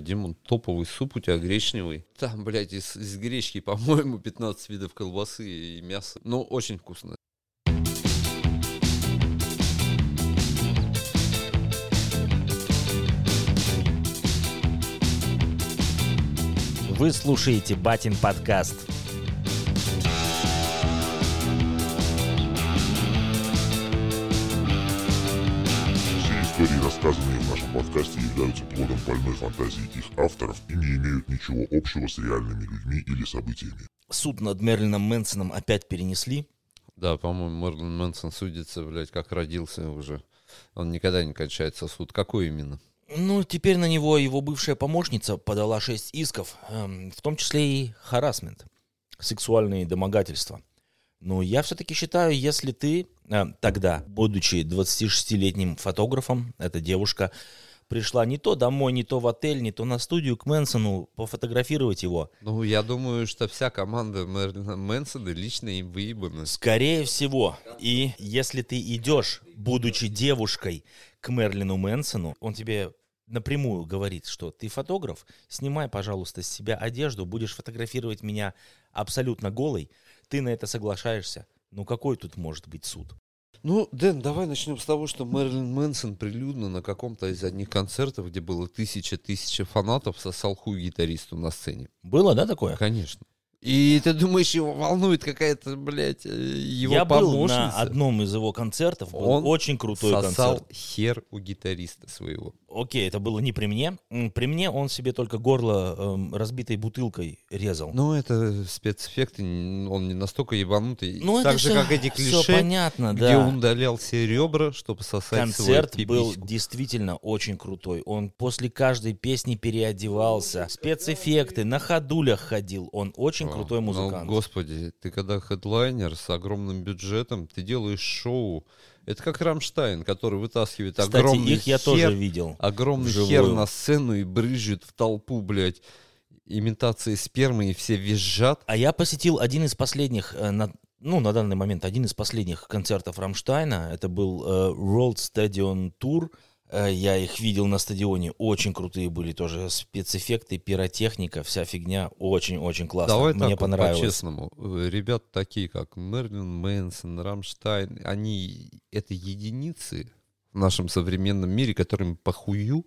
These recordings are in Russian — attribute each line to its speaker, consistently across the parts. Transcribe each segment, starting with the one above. Speaker 1: Димон, топовый суп у тебя гречневый. Там, блядь, из, из гречки, по-моему, 15 видов колбасы и мяса. Ну, очень вкусно.
Speaker 2: Вы слушаете Батин подкаст.
Speaker 3: Все истории, рассказанные в нашем подкасте, являются плодом больной фантазии их авторов и не имеют ничего общего с реальными людьми или событиями.
Speaker 4: Суд над Мерлином Мэнсоном опять перенесли.
Speaker 1: Да, по-моему, Мерлин Мэнсон судится, блядь, как родился уже. Он никогда не кончается суд. Какой именно?
Speaker 4: Ну, теперь на него его бывшая помощница подала шесть исков, эм, в том числе и харасмент, сексуальные домогательства. Но я все-таки считаю, если ты э, тогда, будучи 26-летним фотографом, эта девушка пришла не то домой, не то в отель, не то на студию к Мэнсону пофотографировать его,
Speaker 1: Ну, я думаю, что вся команда Мерлина Мэнсона лично им выебана.
Speaker 4: Скорее всего. И если ты идешь, будучи девушкой, к Мерлину Мэнсону, он тебе напрямую говорит, что ты фотограф, снимай, пожалуйста, с себя одежду, будешь фотографировать меня абсолютно голой, ты на это соглашаешься. Ну какой тут может быть суд?
Speaker 1: Ну, Дэн, давай начнем с того, что Мерлин Мэнсон прилюдно на каком-то из одних концертов, где было тысяча-тысяча фанатов, сосал хуй гитаристу на сцене.
Speaker 4: Было, да, такое?
Speaker 1: Конечно. И ты думаешь, его волнует какая-то, блядь, э, его
Speaker 4: Я был
Speaker 1: помощница?
Speaker 4: на одном из его концертов, был
Speaker 1: Он
Speaker 4: очень крутой
Speaker 1: сосал
Speaker 4: концерт.
Speaker 1: хер у гитариста своего.
Speaker 4: Окей, это было не при мне. М, При мне он себе только горло эм, разбитой бутылкой резал.
Speaker 1: Ну, это спецэффекты, н- он не настолько ебанутый.
Speaker 4: Ну,
Speaker 1: так
Speaker 4: это
Speaker 1: же,
Speaker 4: всё-
Speaker 1: как эти
Speaker 4: всё
Speaker 1: клише,
Speaker 4: понятно,
Speaker 1: где
Speaker 4: да.
Speaker 1: он удалял все ребра, чтобы сосать
Speaker 4: Концерт
Speaker 1: свою
Speaker 4: был
Speaker 1: пипиську.
Speaker 4: действительно очень крутой. Он после каждой песни переодевался. Спецэффекты, на ходулях ходил. Он очень
Speaker 1: А,
Speaker 4: крутой
Speaker 1: ну,
Speaker 4: музыкант.
Speaker 1: господи, ты когда хедлайнер с огромным бюджетом, ты делаешь шоу. Это как Рамштайн, который вытаскивает
Speaker 4: Кстати,
Speaker 1: огромный
Speaker 4: их я
Speaker 1: хер,
Speaker 4: тоже видел.
Speaker 1: огромный
Speaker 4: вживую.
Speaker 1: хер на сцену и брызжет в толпу, блядь. Имитации спермы, и все визжат.
Speaker 4: А я посетил один из последних, э, на- ну, на данный момент, один из последних концертов Рамштайна. Это был э, World Stadium Tour. Э, Я их видел на стадионе. Очень крутые были тоже спецэффекты, пиротехника, вся фигня. Очень-очень классно.
Speaker 1: Давай
Speaker 4: Мне
Speaker 1: так вот
Speaker 4: понравилось.
Speaker 1: по-честному. Э, Ребята такие, как Мерлин Мэнсон, Рамштайн, они это единицы в нашем современном мире, которым похую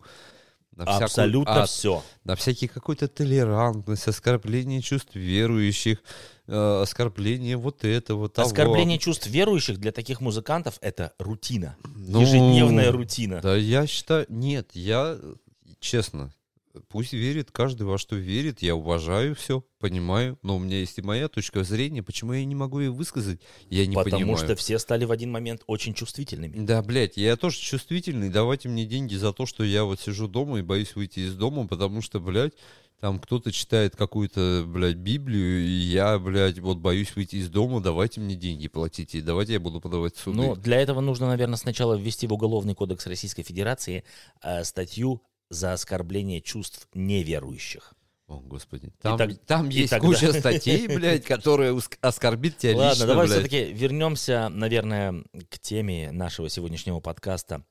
Speaker 1: на всякую
Speaker 4: Абсолютно
Speaker 1: ад.
Speaker 4: все.
Speaker 1: на всякий какой-то толерантность, оскорбление чувств верующих, э, оскорбление вот этого, того.
Speaker 4: Оскорбление чувств верующих для таких музыкантов это рутина.
Speaker 1: Ну,
Speaker 4: Ежедневная рутина.
Speaker 1: Да я считаю, нет, я, честно, пусть верит каждый во что верит, я уважаю все, понимаю, но у меня есть и моя точка зрения, почему я не могу ее высказать, я не
Speaker 4: потому
Speaker 1: понимаю.
Speaker 4: что все стали в один момент очень чувствительными.
Speaker 1: Да, блядь, я тоже чувствительный, давайте мне деньги за то, что я вот сижу дома и боюсь выйти из дома, потому что, блядь, там кто-то читает какую-то, блядь, Библию, и я, блядь, вот боюсь выйти из дома, давайте мне деньги платите, давайте я буду подавать в суды.
Speaker 4: Но Ну, для этого нужно, наверное, сначала ввести в Уголовный кодекс Российской Федерации э, статью за оскорбление чувств неверующих.
Speaker 1: О, господи. Там,
Speaker 4: так-
Speaker 1: там
Speaker 4: и
Speaker 1: есть
Speaker 4: тогда.
Speaker 1: куча статей, блядь, которые уск- оскорбит тебя
Speaker 4: Ладно,
Speaker 1: лично,
Speaker 4: давай
Speaker 1: блядь.
Speaker 4: все-таки вернемся, наверное, к теме нашего сегодняшнего подкаста.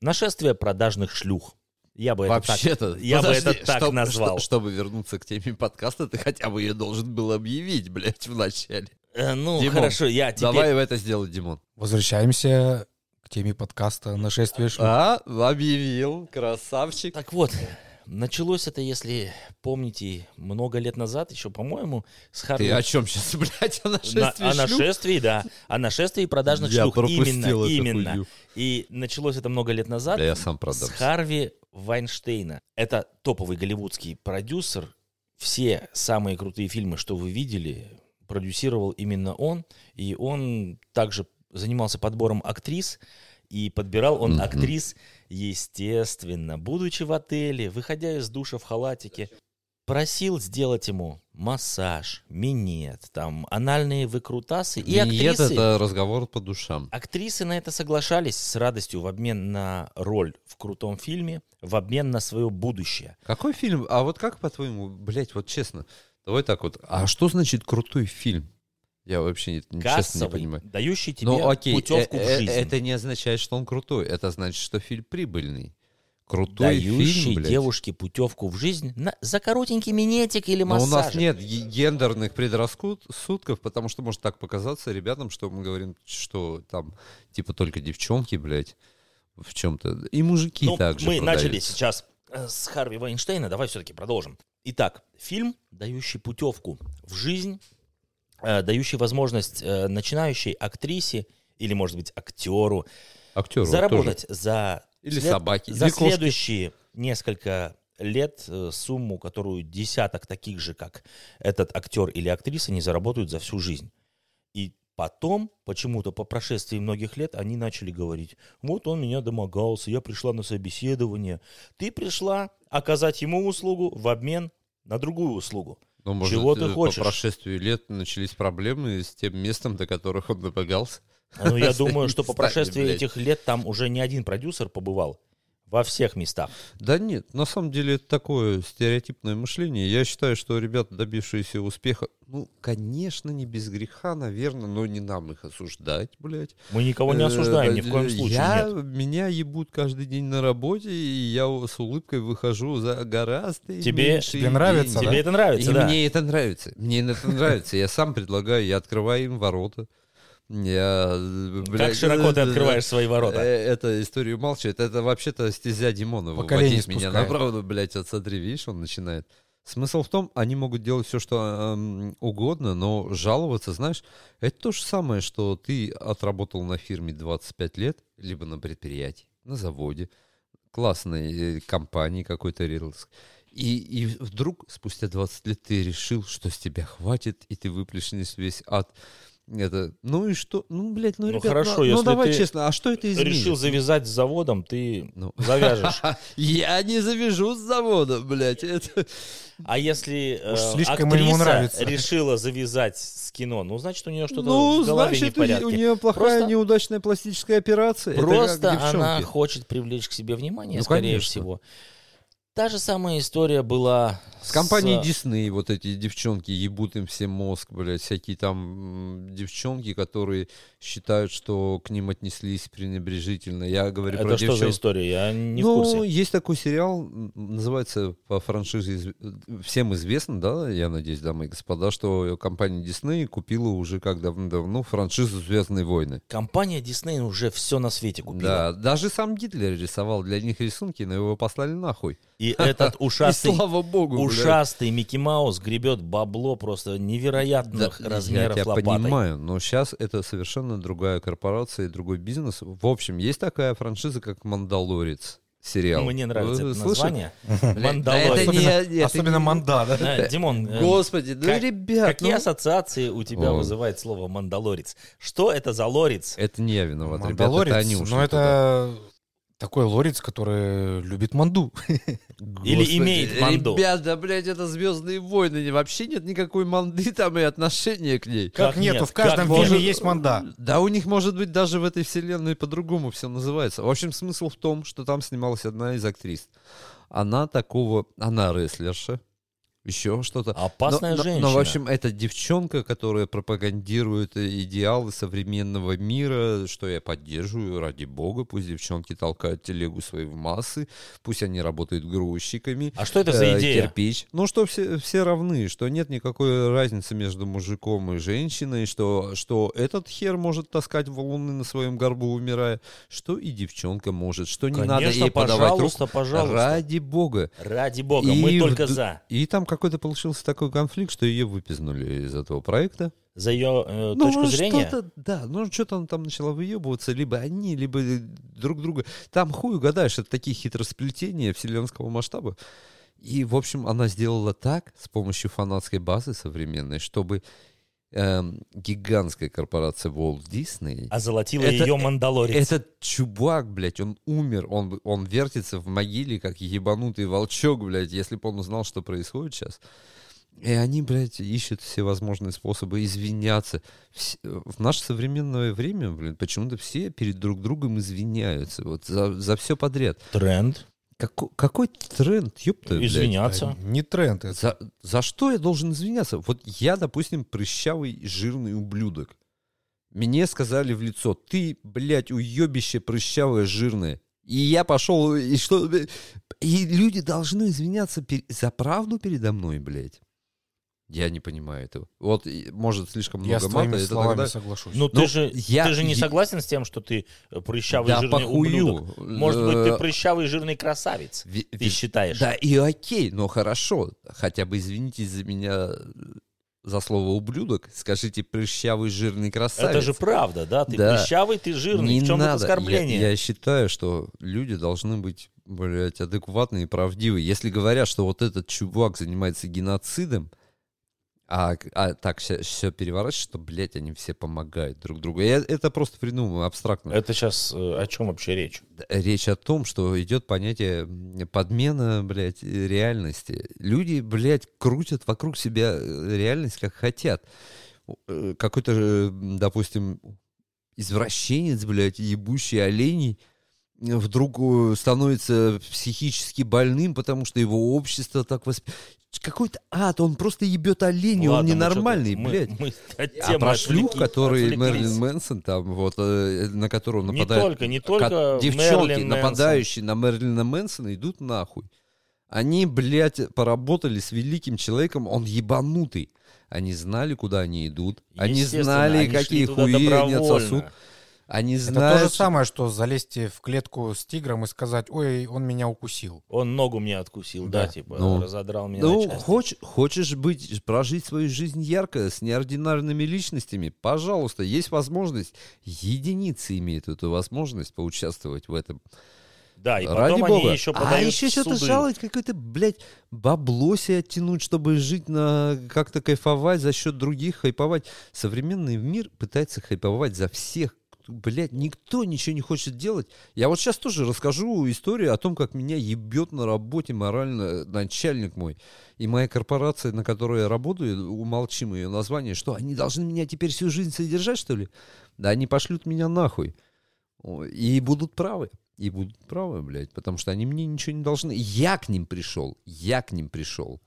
Speaker 4: Нашествие продажных шлюх. Я бы это
Speaker 1: Вообще-то,
Speaker 4: так, я бы
Speaker 1: подожди,
Speaker 4: это так
Speaker 1: чтоб-
Speaker 4: назвал.
Speaker 1: чтоб- чтобы вернуться к теме подкаста, ты хотя бы ее должен был объявить, блядь, в начале.
Speaker 4: Э, ну,
Speaker 1: Димон,
Speaker 4: хорошо, я теперь...
Speaker 1: Давай это сделай, Димон.
Speaker 5: Возвращаемся к теме подкаста «Нашествие шлюх».
Speaker 1: А, объявил, красавчик.
Speaker 4: Так вот, началось это, если помните, много лет назад, еще, по-моему, с
Speaker 1: Ты о
Speaker 4: Харви...
Speaker 1: чем сейчас, блядь, о
Speaker 4: На-
Speaker 1: нашествии
Speaker 4: о
Speaker 1: шлюх?
Speaker 4: нашествии, да. О нашествии продажных
Speaker 1: Я
Speaker 4: шлюх. Именно,
Speaker 1: пропустил эту
Speaker 4: именно.
Speaker 1: хуйню.
Speaker 4: И началось это много лет назад
Speaker 1: Да я сам
Speaker 4: с
Speaker 1: продам.
Speaker 4: Харви Вайнштейна. Это топовый голливудский продюсер. Все самые крутые фильмы, что вы видели, продюсировал именно он. И он также занимался подбором актрис. И подбирал он
Speaker 1: Мгм.
Speaker 4: актрис, естественно, будучи в отеле, выходя из душа в халатике. Просил сделать ему массаж, минет, там, анальные выкрутасы. И
Speaker 1: Миньет
Speaker 4: актрисы...
Speaker 1: это разговор по душам.
Speaker 4: Актрисы на это соглашались с радостью в обмен на роль в крутом фильме, в обмен на свое будущее.
Speaker 1: Какой фильм? А вот как по-твоему, блядь, вот честно, давай так вот. А что значит крутой фильм? Я вообще не- честно не
Speaker 4: Кассовый,
Speaker 1: понимаю.
Speaker 4: дающий тебе
Speaker 1: Ну окей, э-
Speaker 4: путевку
Speaker 1: э-
Speaker 4: в жизнь.
Speaker 1: это не означает, что он крутой. Это значит, что фильм прибыльный. Крутой
Speaker 4: дающий
Speaker 1: фильм, блядь.
Speaker 4: девушке путевку в жизнь на- за коротенький минетик или
Speaker 1: Но
Speaker 4: массаж.
Speaker 1: у нас нет ге- гендерных предрассудков, потому что может так показаться ребятам, что мы говорим, что там типа только девчонки, блядь, в чем-то. И мужики
Speaker 4: Ну,
Speaker 1: также
Speaker 4: мы
Speaker 1: продаются.
Speaker 4: начали сейчас э, с Харви Вайнштейна, давай все-таки продолжим. Итак, фильм, дающий путевку в жизнь, э, дающий возможность э, начинающей актрисе или, может быть, актеру
Speaker 1: Актеру тоже.
Speaker 4: заработать за,
Speaker 1: Или
Speaker 4: след-
Speaker 1: собаки.
Speaker 4: за
Speaker 1: или кошки.
Speaker 4: следующие несколько лет э, сумму, которую десяток таких же, как этот актер или актриса, не заработают за всю жизнь. И потом, почему-то по прошествии многих лет, они начали говорить, вот он меня домогался, я пришла на собеседование, ты пришла оказать ему услугу в обмен на другую услугу.
Speaker 1: Ну, может,
Speaker 4: Чего ты
Speaker 1: э,
Speaker 4: хочешь?
Speaker 1: По прошествии лет начались проблемы с тем местом, до которых он добегался.
Speaker 4: Но А, ну, я думаю, что по
Speaker 1: Кстати,
Speaker 4: прошествии
Speaker 1: блядь.
Speaker 4: этих лет там уже не один продюсер побывал во всех местах.
Speaker 1: Да нет, на самом деле это такое стереотипное мышление. Я считаю, что ребята, добившиеся успеха, ну, конечно, не без греха, наверное, но не нам их осуждать, блядь.
Speaker 4: Мы никого не
Speaker 1: Э,
Speaker 4: осуждаем,
Speaker 1: да,
Speaker 4: ни в коем случае.
Speaker 1: Я,
Speaker 4: Нет.
Speaker 1: Меня ебут каждый день на работе, и я с улыбкой выхожу за гораздо
Speaker 4: Тебе-
Speaker 1: меньше
Speaker 5: Тебе нравится,
Speaker 1: денег.
Speaker 4: Тебе это нравится,
Speaker 1: И
Speaker 4: да.
Speaker 1: мне это нравится. Мне это нравится. Я сам предлагаю, я открываю им ворота. Я, э,
Speaker 4: Как
Speaker 1: блядь,
Speaker 4: широко ты
Speaker 1: э, э,
Speaker 4: открываешь свои
Speaker 1: э,
Speaker 4: ворота.
Speaker 1: Эта история умалчивает. Это вообще-то стезя Димонова.
Speaker 5: Поколение
Speaker 1: Водить меня
Speaker 5: спускает.
Speaker 1: направо, блядь, вот смотри, видишь, он начинает. Смысл в том, они могут делать все, что эм, угодно, но жаловаться, знаешь, это то же самое, что ты отработал на фирме 25 лет, либо на предприятии, на заводе, классной э, компании какой-то рилс. И, и вдруг спустя 20 лет ты решил, что с тебя хватит, и ты выплеснешь весь ад. Это, ну и что? Ну, блядь, ну,
Speaker 4: Ну,
Speaker 1: ребят,
Speaker 4: хорошо,
Speaker 1: ну, ну,
Speaker 4: если
Speaker 1: давай
Speaker 4: ты
Speaker 1: честно, а что это изменит?
Speaker 4: Решил завязать с заводом, ты э,
Speaker 1: Ну.
Speaker 4: завяжешь.
Speaker 1: Я не завяжу с завода, блядь. Это...
Speaker 4: А если э,
Speaker 5: Уж слишком ему
Speaker 4: актриса
Speaker 5: нравится.
Speaker 4: решила завязать с кино, ну, значит, у нее что-то
Speaker 1: Ну,
Speaker 4: в голове не в
Speaker 1: значит, у,
Speaker 4: порядке.
Speaker 1: у нее плохая
Speaker 4: Просто-
Speaker 1: неудачная пластическая операция. Это как
Speaker 4: Просто
Speaker 1: девчонки.
Speaker 4: она хочет привлечь к себе внимание,
Speaker 1: Ну,
Speaker 4: скорее
Speaker 1: конечно.
Speaker 4: всего. Та же самая история была
Speaker 1: С компанией
Speaker 4: с- э,
Speaker 1: Disney вот эти девчонки ебут им все мозг, блядь, всякие там м, девчонки, которые считают, что к ним отнеслись пренебрежительно. Я говорю про
Speaker 4: Это что
Speaker 1: девчонок.
Speaker 4: за история? Я не
Speaker 1: ну,
Speaker 4: в курсе.
Speaker 1: есть такой сериал, м, называется по франшизе, изв- всем известно, да, я надеюсь, дамы и господа, что компания Disney купила уже как давно-давно франшизу «Звездные войны».
Speaker 4: Компания Disney уже все на свете купила.
Speaker 1: Да, даже сам Гитлер рисовал для них рисунки, но его послали нахуй.
Speaker 4: И этот
Speaker 1: И
Speaker 4: ушастый
Speaker 1: слава богу, блядь.
Speaker 4: Ушастый Микки Маус гребет бабло просто
Speaker 1: Да,
Speaker 4: невероятных
Speaker 1: я
Speaker 4: размеров
Speaker 1: тебя
Speaker 4: лопатой.
Speaker 1: понимаю, но сейчас это совершенно другая корпорация и другой бизнес. В общем, есть такая франшиза, как «Мандалорец» сериал.
Speaker 4: Мне нравится
Speaker 1: Вы
Speaker 4: это
Speaker 1: слышали?
Speaker 4: название.
Speaker 1: Блядь, да
Speaker 4: Мандалорец.
Speaker 1: это не-
Speaker 5: Особенно-
Speaker 1: это не-
Speaker 5: Особенно манда, да?
Speaker 4: Э, Димон, э,
Speaker 1: Господи, да
Speaker 4: как-
Speaker 1: ребят,
Speaker 4: какие
Speaker 1: ну-
Speaker 4: ассоциации у тебя
Speaker 1: О.
Speaker 4: вызывает слово «мандалорец»? Что это за лорец?
Speaker 1: Это не я виноват,
Speaker 5: Мандалорец,
Speaker 1: ребята, это они ушли
Speaker 5: ну это такой лорец, который любит манду.
Speaker 1: туда.
Speaker 4: Или
Speaker 1: Господи,
Speaker 4: имеет манду.
Speaker 1: Ребята, блядь, это «Звездные войны», вообще нет никакой манды там и отношения к ней.
Speaker 4: Как
Speaker 5: Как нету,
Speaker 4: нет?
Speaker 5: в каждом
Speaker 4: Как
Speaker 5: фильме
Speaker 4: может?
Speaker 5: есть манда.
Speaker 1: Да у них, может быть, даже в этой вселенной по-другому все называется. В общем, смысл в том, что там снималась одна из актрис. Она такого... Она рестлерша. Еще что-то.
Speaker 4: Опасная
Speaker 1: но, но-
Speaker 4: женщина.
Speaker 1: Но, в общем, это девчонка, которая пропагандирует идеалы современного мира, что я поддерживаю, ради бога. Пусть девчонки толкают телегу своей в массы, пусть они работают грузчиками.
Speaker 4: а что это за
Speaker 1: э,
Speaker 4: идея?
Speaker 1: Кирпич. Ну, что все, все равны, что нет никакой разницы между мужиком и женщиной, что, что этот хер может таскать валуны на своем горбу, умирая, что и девчонка может, что не надо
Speaker 4: Конечно,
Speaker 1: ей подавать руку.
Speaker 4: пожалуйста, пожалуйста.
Speaker 1: Ради бога.
Speaker 4: Ради бога,
Speaker 1: И
Speaker 4: мы
Speaker 1: в
Speaker 4: только
Speaker 1: д-
Speaker 4: за.
Speaker 1: И там какой-то получился такой конфликт, что ее выпизнули из этого проекта.
Speaker 4: За ее э,
Speaker 1: Ну,
Speaker 4: точку зрения.
Speaker 1: Что-то, да, ну что-то она там начала выебываться, либо они, либо э, друг друга. Там хуй угадаешь, это такие хитросплетения вселенского масштаба. И, в общем, она сделала так с помощью фанатской базы современной, чтобы эм, гигантская корпорация Walt Disney...
Speaker 4: А золотила
Speaker 1: Это- э,
Speaker 4: ее мандалорец.
Speaker 1: Этот чубак, блядь, он умер, он, он вертится в могиле, как ебанутый волчок, блядь, если бы он узнал, что происходит сейчас. И они, блядь, ищут всевозможные способы извиняться. Вс- э, В наше современное время, блин, почему-то все перед друг другом извиняются. Вот за, все подряд.
Speaker 4: Тренд.
Speaker 1: Како- какой тренд, ёпта, э, блядь.
Speaker 4: Извиняться.
Speaker 5: Не тренд. это.
Speaker 1: За, за что я должен извиняться? Вот я, допустим, прыщавый жирный ублюдок. Мне сказали в лицо, ты, блядь, уебище прыщавое жирное. И я пошел, и что... э, И люди должны извиняться пер- за правду передо мной, блядь. Я не понимаю этого. Вот, и, может, слишком много
Speaker 5: Я с
Speaker 1: мата.
Speaker 5: твоими
Speaker 1: это
Speaker 5: словами
Speaker 1: тогда-
Speaker 5: соглашусь.
Speaker 4: Ну,
Speaker 1: Ну,
Speaker 4: ты, же,
Speaker 1: я-
Speaker 4: ты же не
Speaker 1: я-
Speaker 4: согласен с тем, что ты э, прыщавый
Speaker 1: Да,
Speaker 4: жирный
Speaker 1: похую.
Speaker 4: ублюдок? Может быть,
Speaker 1: Э,
Speaker 4: ты прыщавый жирный красавец,
Speaker 1: ви-
Speaker 4: ты
Speaker 1: ви-
Speaker 4: считаешь?
Speaker 1: Да, и окей, но хорошо. Хотя бы извините за меня э, за слово ублюдок. Скажите прыщавый жирный красавец.
Speaker 4: Это же правда, да? Ты
Speaker 1: Да.
Speaker 4: прыщавый, ты жирный.
Speaker 1: Не
Speaker 4: в чем
Speaker 1: надо.
Speaker 4: это оскорбление?
Speaker 1: Я, я считаю, что люди должны быть, блядь, адекватны и правдивы. Если говорят, что вот этот чувак занимается геноцидом, а, а так все, переворачивается, что, блядь, они все помогают друг другу. Я это просто придумал абстрактно.
Speaker 4: Это сейчас о чем вообще речь?
Speaker 1: Речь о том, что идет понятие м, подмена, блядь, э, реальности. Люди, блядь, крутят вокруг себя э, реальность, как хотят. Э, Какой-то, э, допустим, извращенец, блядь, ебущий оленей, э, вдруг э, становится психически больным, потому что его общество так восп... Какой-то ад, он просто ебет оленей, он ненормальный, блядь.
Speaker 4: ну Мы, от
Speaker 1: А
Speaker 4: темы
Speaker 1: про шлюх,
Speaker 4: отвлеки-
Speaker 1: который
Speaker 4: отвлеклись.
Speaker 1: Мерлин Мэнсон, там, вот, э, на которого
Speaker 4: Не
Speaker 1: нападает
Speaker 4: только, не
Speaker 1: Ка-
Speaker 4: только
Speaker 1: девчонки,
Speaker 4: Мерлин Мэнсон.
Speaker 1: нападающие на Мерлина Мэнсона, идут нахуй. Они, блядь, поработали с великим человеком, он ебанутый. Они знали, куда они идут. Они
Speaker 4: Естественно,
Speaker 1: знали,
Speaker 4: они шли
Speaker 1: какие
Speaker 4: туда
Speaker 1: хуи они
Speaker 4: добровольно.
Speaker 1: отсосут. Они
Speaker 5: Это
Speaker 1: знают...
Speaker 5: то же самое, что залезть в клетку с тигром и сказать, ой, он меня укусил.
Speaker 4: Он ногу мне откусил, да,
Speaker 5: Да.
Speaker 4: типа,
Speaker 1: Ну.
Speaker 4: разодрал меня
Speaker 1: Ну,
Speaker 4: на части.
Speaker 1: хочешь, хочешь быть, прожить свою жизнь ярко, с неординарными личностями, пожалуйста, есть возможность. Единицы имеют эту возможность поучаствовать в этом.
Speaker 4: Да, и потом
Speaker 1: Ради
Speaker 4: они
Speaker 1: бога.
Speaker 4: еще
Speaker 1: а
Speaker 4: подают
Speaker 1: еще
Speaker 4: в
Speaker 1: что-то
Speaker 4: суды.
Speaker 1: жаловать, какой-то, блядь, бабло себе оттянуть, чтобы жить на... Как-то кайфовать за счет других, хайповать. Современный мир пытается хайповать за всех. Блядь, никто ничего не хочет делать. Я вот сейчас тоже расскажу историю о том, как меня ебет на работе морально начальник мой. И моя корпорация, на которой я работаю, умолчим ее название, что они должны меня теперь всю жизнь содержать, что ли? Да они пошлют меня нахуй. О, И будут правы. И будут правы, блядь, потому что они мне ничего не должны. Я к ним пришел. Я к ним пришел.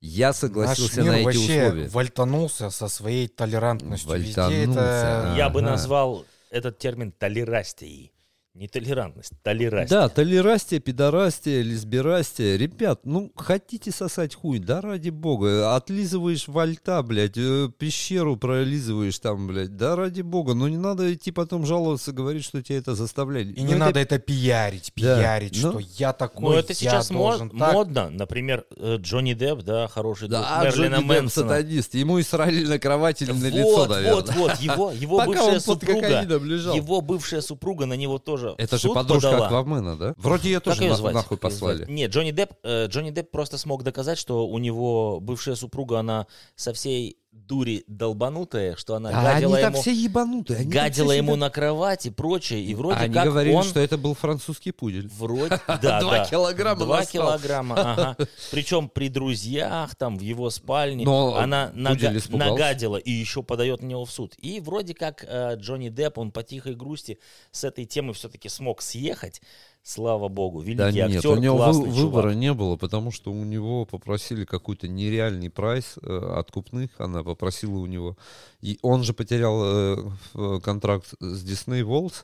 Speaker 1: Я согласился
Speaker 5: Наш мир
Speaker 1: на эти
Speaker 5: вообще
Speaker 1: условия.
Speaker 5: вольтанулся со своей толерантностью. Везде
Speaker 1: Вольтанулся,
Speaker 5: это-
Speaker 4: Я бы
Speaker 1: Ага.
Speaker 4: назвал этот термин толерастией. Не толерантность, толерастия.
Speaker 1: Да, толерастия, пидорастия, лесберастия. Ребят, ну, хотите сосать хуй, да ради бога. Отлизываешь вольта, блядь, э, пещеру пролизываешь там, блядь, да ради бога. Но не надо идти потом жаловаться, говорить, что тебя это заставляли.
Speaker 5: И
Speaker 1: Ну,
Speaker 5: не
Speaker 1: это
Speaker 5: надо это пиярить,
Speaker 1: Да.
Speaker 5: пиярить,
Speaker 1: Ну.
Speaker 5: что я такой,
Speaker 4: Но это
Speaker 5: я
Speaker 4: сейчас мод-
Speaker 5: должен так.
Speaker 4: модно. Например, э, Джонни Депп, да, хороший
Speaker 1: Да, а
Speaker 4: друг Мерлина
Speaker 1: Джонни Депп
Speaker 4: Мэнсона.
Speaker 1: сатанист. Ему и срали на кровати или на
Speaker 4: вот,
Speaker 1: лицо,
Speaker 4: вот,
Speaker 1: наверное.
Speaker 4: вот, его, его
Speaker 1: Пока
Speaker 4: бывшая
Speaker 1: он под
Speaker 4: супруга,
Speaker 1: кокаином лежал.
Speaker 4: его бывшая супруга на него тоже
Speaker 1: Это
Speaker 4: в
Speaker 1: же
Speaker 4: суд
Speaker 1: подружка
Speaker 4: подала.
Speaker 1: Аквамена, да? Вроде ее
Speaker 4: Как
Speaker 1: тоже
Speaker 4: её
Speaker 1: на-
Speaker 4: звать?
Speaker 1: нахуй
Speaker 4: Как её звать?
Speaker 1: послали.
Speaker 4: Нет, Джонни Депп, э, Джонни Депп просто смог доказать, что у него бывшая супруга, она со всей дури долбанутая, что она
Speaker 1: А они
Speaker 4: гадила
Speaker 1: там
Speaker 4: ему,
Speaker 1: все ебанутые. они там
Speaker 4: гадила
Speaker 1: все
Speaker 4: ему
Speaker 1: сидят.
Speaker 4: на кровать и прочее, и вроде
Speaker 1: Они
Speaker 4: как
Speaker 1: говорили,
Speaker 4: он...
Speaker 1: что это был французский пудель.
Speaker 4: Вроде, да,
Speaker 1: Два
Speaker 4: да.
Speaker 1: килограмма
Speaker 4: Два
Speaker 1: наскал.
Speaker 4: килограмма, ага. Причем при друзьях, там, в его спальне.
Speaker 1: Но
Speaker 4: она
Speaker 1: Пудель
Speaker 4: нага-
Speaker 1: испугался.
Speaker 4: нагадила и еще подает на него в суд. И вроде как э, Джонни Депп, он по тихой грусти с этой темы все-таки смог съехать. Слава богу,
Speaker 1: Да
Speaker 4: великий
Speaker 1: нет,
Speaker 4: актер,
Speaker 1: у него вы-
Speaker 4: классный
Speaker 1: выбора
Speaker 4: чувак.
Speaker 1: не было, потому что у него попросили какой-то нереальный прайс э, откупных, она попросила у него. И он же потерял э, в- контракт с Disney World,